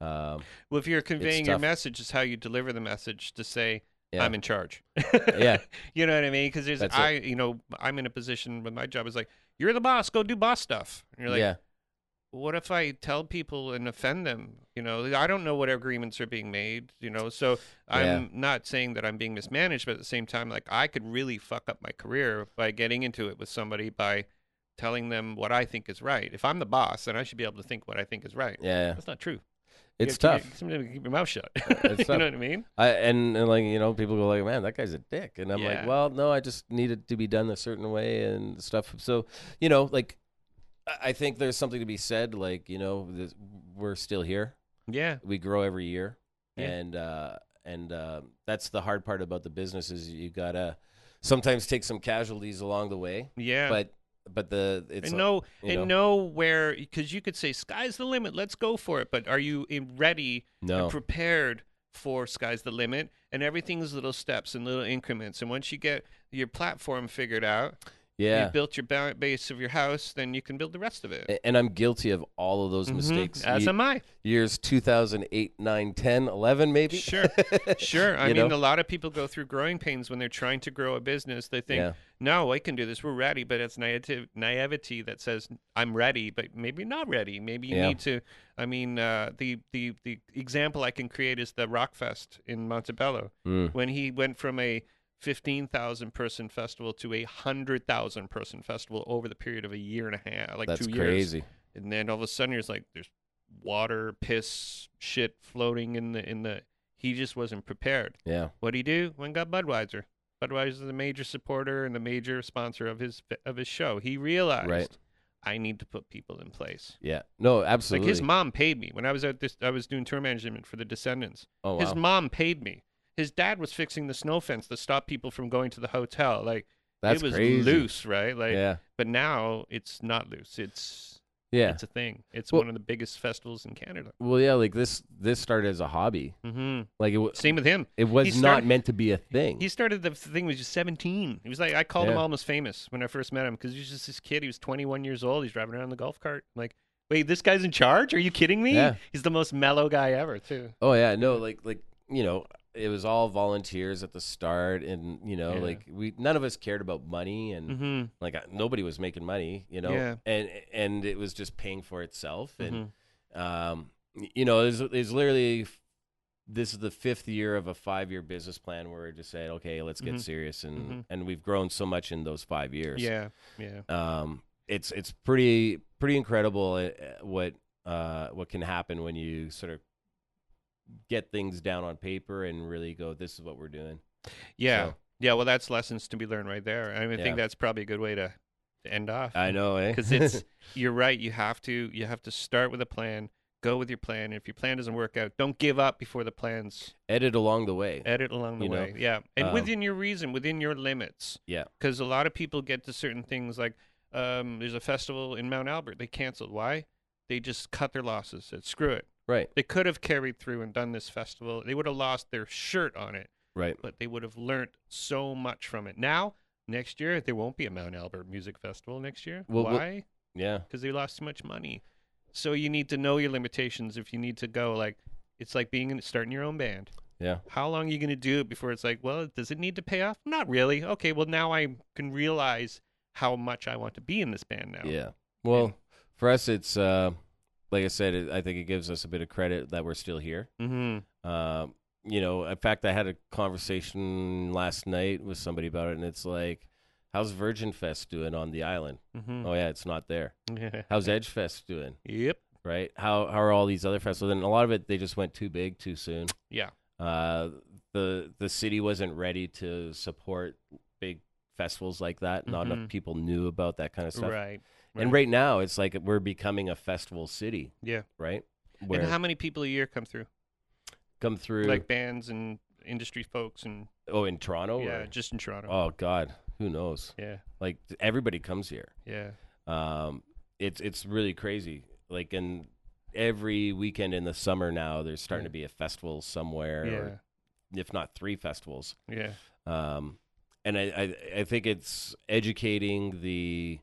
S1: Mm-hmm.
S2: um
S1: Well, if you're conveying your
S2: tough.
S1: message, is how you deliver the message to say,
S2: Yeah.
S1: "I'm in charge."
S2: Yeah.
S1: you know what I mean? Because there's
S2: That's it.
S1: I, you know, I'm in a position with my job is like, "You're the boss, go do boss stuff." And you're like,
S2: yeah
S1: "What if I tell people and offend them?" You know, I don't know what agreements are being made. You know, so I'm not saying that I'm being mismanaged, but at the same time, like I could really fuck up my career by getting into it with somebody by telling them what I think is right. If I'm the boss, then I should be able to think what I think is right.
S2: yeah
S1: That's not true. You
S2: it's
S1: gotta
S2: tough
S1: keep your- Sometimes you keep your mouth shut.
S2: it's
S1: you
S2: tough.
S1: know what I mean?
S2: I, and, and like you know people go like man that guy's a dick and i'm
S1: Yeah.
S2: like well no i just need it to be done a certain way and stuff so you know like I- I think there's something to be said. Like you know, this, we're still here.
S1: Yeah.
S2: We grow every year,
S3: Yeah.
S2: and uh, and uh, that's the hard part about the business is you gotta sometimes take some casualties along the way.
S1: Yeah.
S2: But but the it's
S1: and know
S2: you
S1: and know where because you could say sky's the limit let's go for it but are you in- ready
S2: no
S1: and prepared for sky's the limit and everything's little steps and little increments and once you get your platform figured out
S2: yeah.
S1: you built your ba- base of your house then you can build the rest of it
S2: A- And I'm guilty of all of those
S1: Mhm,
S2: mistakes.
S1: as
S2: Ye-
S1: am i
S2: years 2008, 9, 10, 11 maybe.
S1: sure sure i
S2: You
S1: mean a
S2: know?
S1: lot of people go through growing pains when they're trying to grow a business they think
S2: Yeah.
S1: no i can do this we're ready but it's naive- naivety that says i'm ready but maybe not ready maybe you
S2: Yeah.
S1: need to i mean uh, the, the the example i can create is the rockfest in montebello
S2: Mm.
S1: when he went from a 15,000 person festival to a 100,000 person festival over the period of a year and a half, like
S2: That's
S1: two years.
S2: crazy.
S1: And then all of a sudden, you're just like, there's water, piss, shit floating in the, in the, he just wasn't prepared.
S2: Yeah.
S1: What do you do? Went and got Budweiser. Budweiser is a major supporter and the major sponsor of his, of his show. He realized, I need to put people in place.
S2: Yeah. No,
S1: Like
S2: absolutely.
S1: his mom paid me when I was at this, I was doing tour management for the Descendants.
S2: oh, wow.
S1: His mom paid me. His dad was fixing the snow fence to stop people from going to the hotel. Like
S2: That's
S1: it was
S2: crazy.
S1: loose, right? Like,
S2: yeah.
S1: but now it's not loose. It's
S2: Yeah.
S1: it's a thing. It's
S2: Well-
S1: one of the biggest festivals in Canada.
S2: well, yeah, like this this started as a hobby.
S1: hmm
S2: Like it wa-
S1: Same with him.
S2: it was
S1: He
S2: not
S1: started-
S2: meant to be a thing.
S1: He started the thing when he was just 17. He was like, I called him
S2: Yeah.
S1: almost famous when I first met him because he was just this kid. He was 21 years old. He's driving around in the golf cart. I'm like, wait, this guy's in charge? Are you kidding me?
S2: Yeah.
S1: He's the most mellow guy ever, too.
S2: Oh yeah, no, like like you know, it was all volunteers at the start, and you know,
S1: Yeah.
S2: like we none of us cared about money, and
S1: Mm-hmm.
S2: like I- nobody was making money, you know,
S1: Yeah.
S2: and and it was just paying for itself,
S1: mm-hmm.
S2: and um, y- you know, there's there's literally f- this is the fifth year of a five year business plan where we just said, okay, let's get
S1: Mhm.
S2: serious, and
S1: Mhm.
S2: and we've grown so much in those five years,
S1: Yeah. Yeah.
S2: um, it's it's pretty pretty incredible uh, what uh, what can happen when you sort of get things down on paper and really go this is what we're doing
S1: Yeah.
S2: So,
S1: Yeah, well, that's lessons to be learned right there. I, mean, I
S2: Yeah.
S1: think that's probably a good way to, to end off.
S2: i know eh?
S1: because it's you're right. You have to you have to start with a plan. Go with your plan. If your plan doesn't work out, don't give up before the plans.
S2: edit along the way
S1: Edit along the
S2: You know,
S1: way. yeah, and
S2: um,
S1: within your reason, within your limits.
S2: Yeah.
S1: because a lot of people get to certain things like um, there's a festival in Mount Albert. They canceled. Why? They just cut their losses. Said screw it.
S2: right
S1: They could have carried through and done this festival. They would have lost their shirt on it
S2: right
S1: but they would have learnt so much from it. Now, next year, there won't be a Mount Albert Music Festival next year.
S2: Well, well-
S1: Why?
S2: yeah
S1: Because they lost too much money. So you need to know your limitations if you need to go. Like, it's like being in, starting your own band.
S2: yeah
S1: How long are you going to do it before it's like, well, does it need to pay off? Not really. Okay, well, now I can realize how much I want to be in this band now.
S2: yeah well for us it's uh, like i said it, i think it gives us a bit of credit that we're still here
S1: Mm-hmm.
S2: um, you know, in fact, I had a conversation last night with somebody about it, and it's like, how's Virgin Fest doing on the island?
S1: Mm-hmm.
S2: Oh yeah, it's not there. How's Edge Fest doing?
S1: yep.
S2: Right? How how are all these other festivals? And a lot of it, they just went too big too soon.
S1: Yeah.
S2: Uh, the the city wasn't ready to support big festivals like that. Not enough
S1: Mhm.
S2: people knew about that kind of stuff.
S1: Right.
S2: And right now, it's like we're becoming a festival city,
S1: Yeah.
S2: right? Where
S1: And how many people a year come through?
S2: come through?
S1: Like bands and industry folks and
S2: oh, in Toronto?
S1: yeah,
S2: or-
S1: just in Toronto.
S2: Oh God, who knows?
S1: Yeah,
S2: Like everybody comes here.
S1: yeah,
S2: Um, it's it's really crazy. Like and every weekend in the summer now, there's starting to be a festival somewhere, or if not three festivals.
S1: yeah, yeah.
S2: Um, and I, I I think it's educating the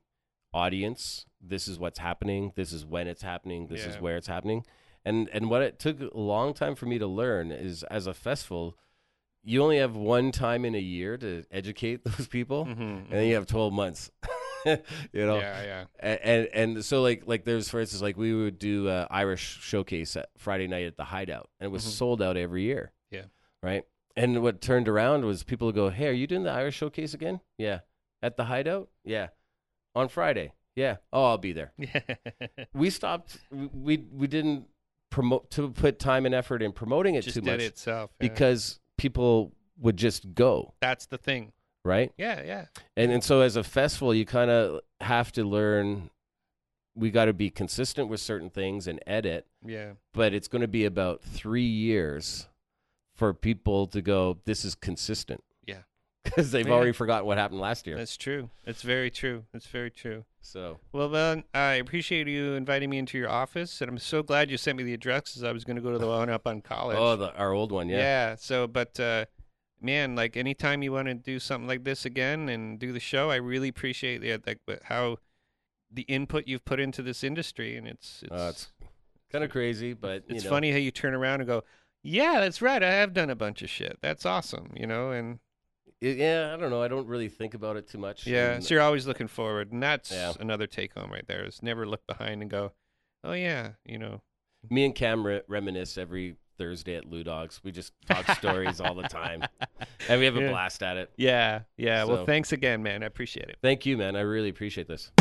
S2: audience. This is what's happening. This is when it's happening. This is
S1: Yeah.
S2: where it's happening. And and what it took a long time for me to learn is as a festival, you only have one time in a year to educate those people
S1: Mm-hmm.
S2: and then you have 12 months you know
S1: yeah, yeah.
S2: and, and and so like like there's for instance like we would do uh, irish showcase at friday night at the hideout and it was
S1: Mhm.
S2: sold out every year
S1: Yeah.
S2: right and what turned around was people would go hey are you doing the irish showcase again yeah at the hideout yeah on friday yeah oh i'll be there we stopped we we, we didn't promote to put time and effort in promoting it
S1: just
S2: too
S1: did
S2: much
S1: itself yeah.
S2: because people would just go
S1: that's the thing.
S2: right
S1: Yeah, yeah,
S2: and and so as a festival, you kind of have to learn we got to be consistent with certain things and edit,
S4: Yeah.
S2: but it's going to be about three years for people to go, this is consistent.
S4: Yeah.
S2: Because they've
S4: Yeah.
S2: already forgotten what happened last year.
S4: That's true. That's very true. That's very true.
S2: So,
S4: Well, then, I appreciate you inviting me into your office, and I'm so glad you sent me the address because I was going to go to the one up on college.
S2: oh, the, our old one.
S4: yeah.
S2: Yeah.
S4: So, but uh, man, like anytime you want to do something like this again and do the show, I really appreciate the like wh- how the input you've put into this industry, and it's it's
S2: Uh, it's Kind of crazy, but you
S4: it's
S2: know,
S4: funny how you turn around and go, yeah, that's right. I have done a bunch of shit. That's awesome, you know, and
S2: It- yeah, I don't know. I don't really think about it too much.
S4: Yeah,
S2: and-
S4: so you're always looking forward, and that's
S2: Yeah.
S4: another take home right there. Is never look behind and go, oh yeah, you know.
S2: me and Cam re- reminisce every Thursday at Lou Dogs. We just talk stories all the time, and we have a
S4: Yeah.
S2: blast at it.
S4: Yeah, yeah.
S2: So-
S4: Well, thanks again, man. I appreciate it.
S2: Thank you, man. I really appreciate this.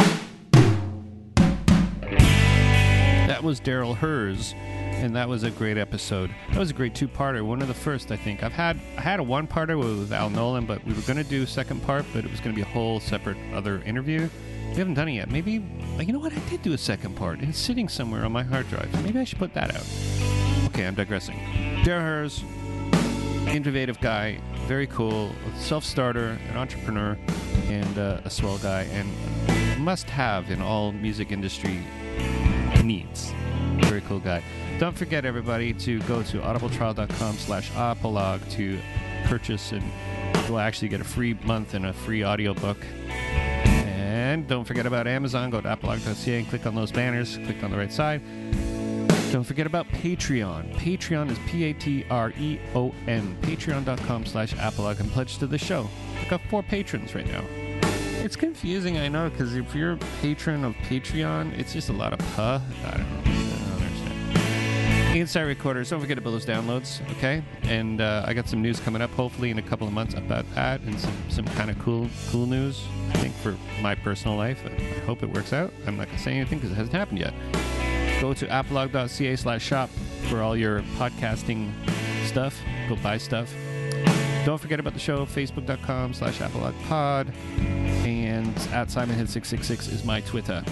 S1: That was Daryl Hers, and that was a great episode. That was a great two-parter, one of the first I think. I've had I had a one-parter with Al Nolan, but we were going to do a second part, but it was going to be a whole separate other interview. We haven't done it yet. Maybe you know what? I did do a second part, and it's sitting somewhere on my hard drive. Maybe I should put that out. Okay, I'm digressing. Daryl Hers, innovative guy, very cool, a self-starter, an entrepreneur, and uh, a swell guy, and must-have in all music industry needs. Very cool guy. Don't forget, everybody, to go to audibletrial.com slash apologue to purchase and you'll actually get a free month and a free audiobook. And don't forget about Amazon. Go to apologue.ca and click on those banners. Click on the right side. Don't forget about Patreon. Patreon is E P-A-T-R-E-O-N. Patreon.com slash apologue and pledge to the show. I got four patrons right now. It's confusing, I know, because if you're a patron of Patreon, it's just a lot of puh. I don't know. I don't understand. Inside Recorders, don't forget to build those downloads, okay? And uh, I got some news coming up, hopefully, in a couple of months about that and some, some kind of cool cool news, I think, for my personal life. I I hope it works out. I'm not going to say anything because it hasn't happened yet. Go to applog.ca slash shop for all your podcasting stuff. Go buy stuff. Don't forget about the show, facebook.com slash apologpod. And at SimonHead666 is my Twitter.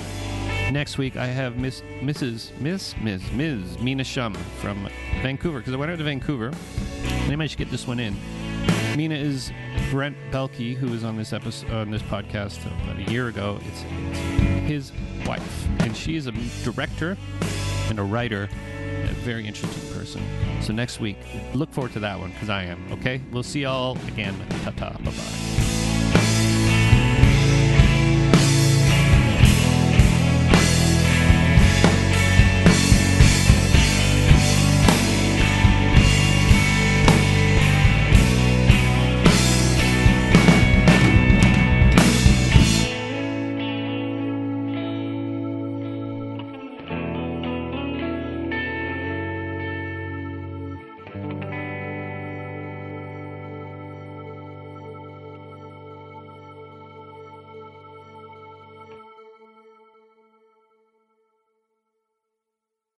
S1: Next week, I have Miss, Mrs. Miss, Miss, Ms. Mina Shum from Vancouver, because I went out to Vancouver. Maybe I should get this one in. Mina is Brent Belke, who was on this episode on this podcast about a year ago. It's, it's his wife, and she is a director and a writer, a very interesting person. So next week, look forward to that one because I am. Okay, we'll see y'all again. Ta ta. Bye bye.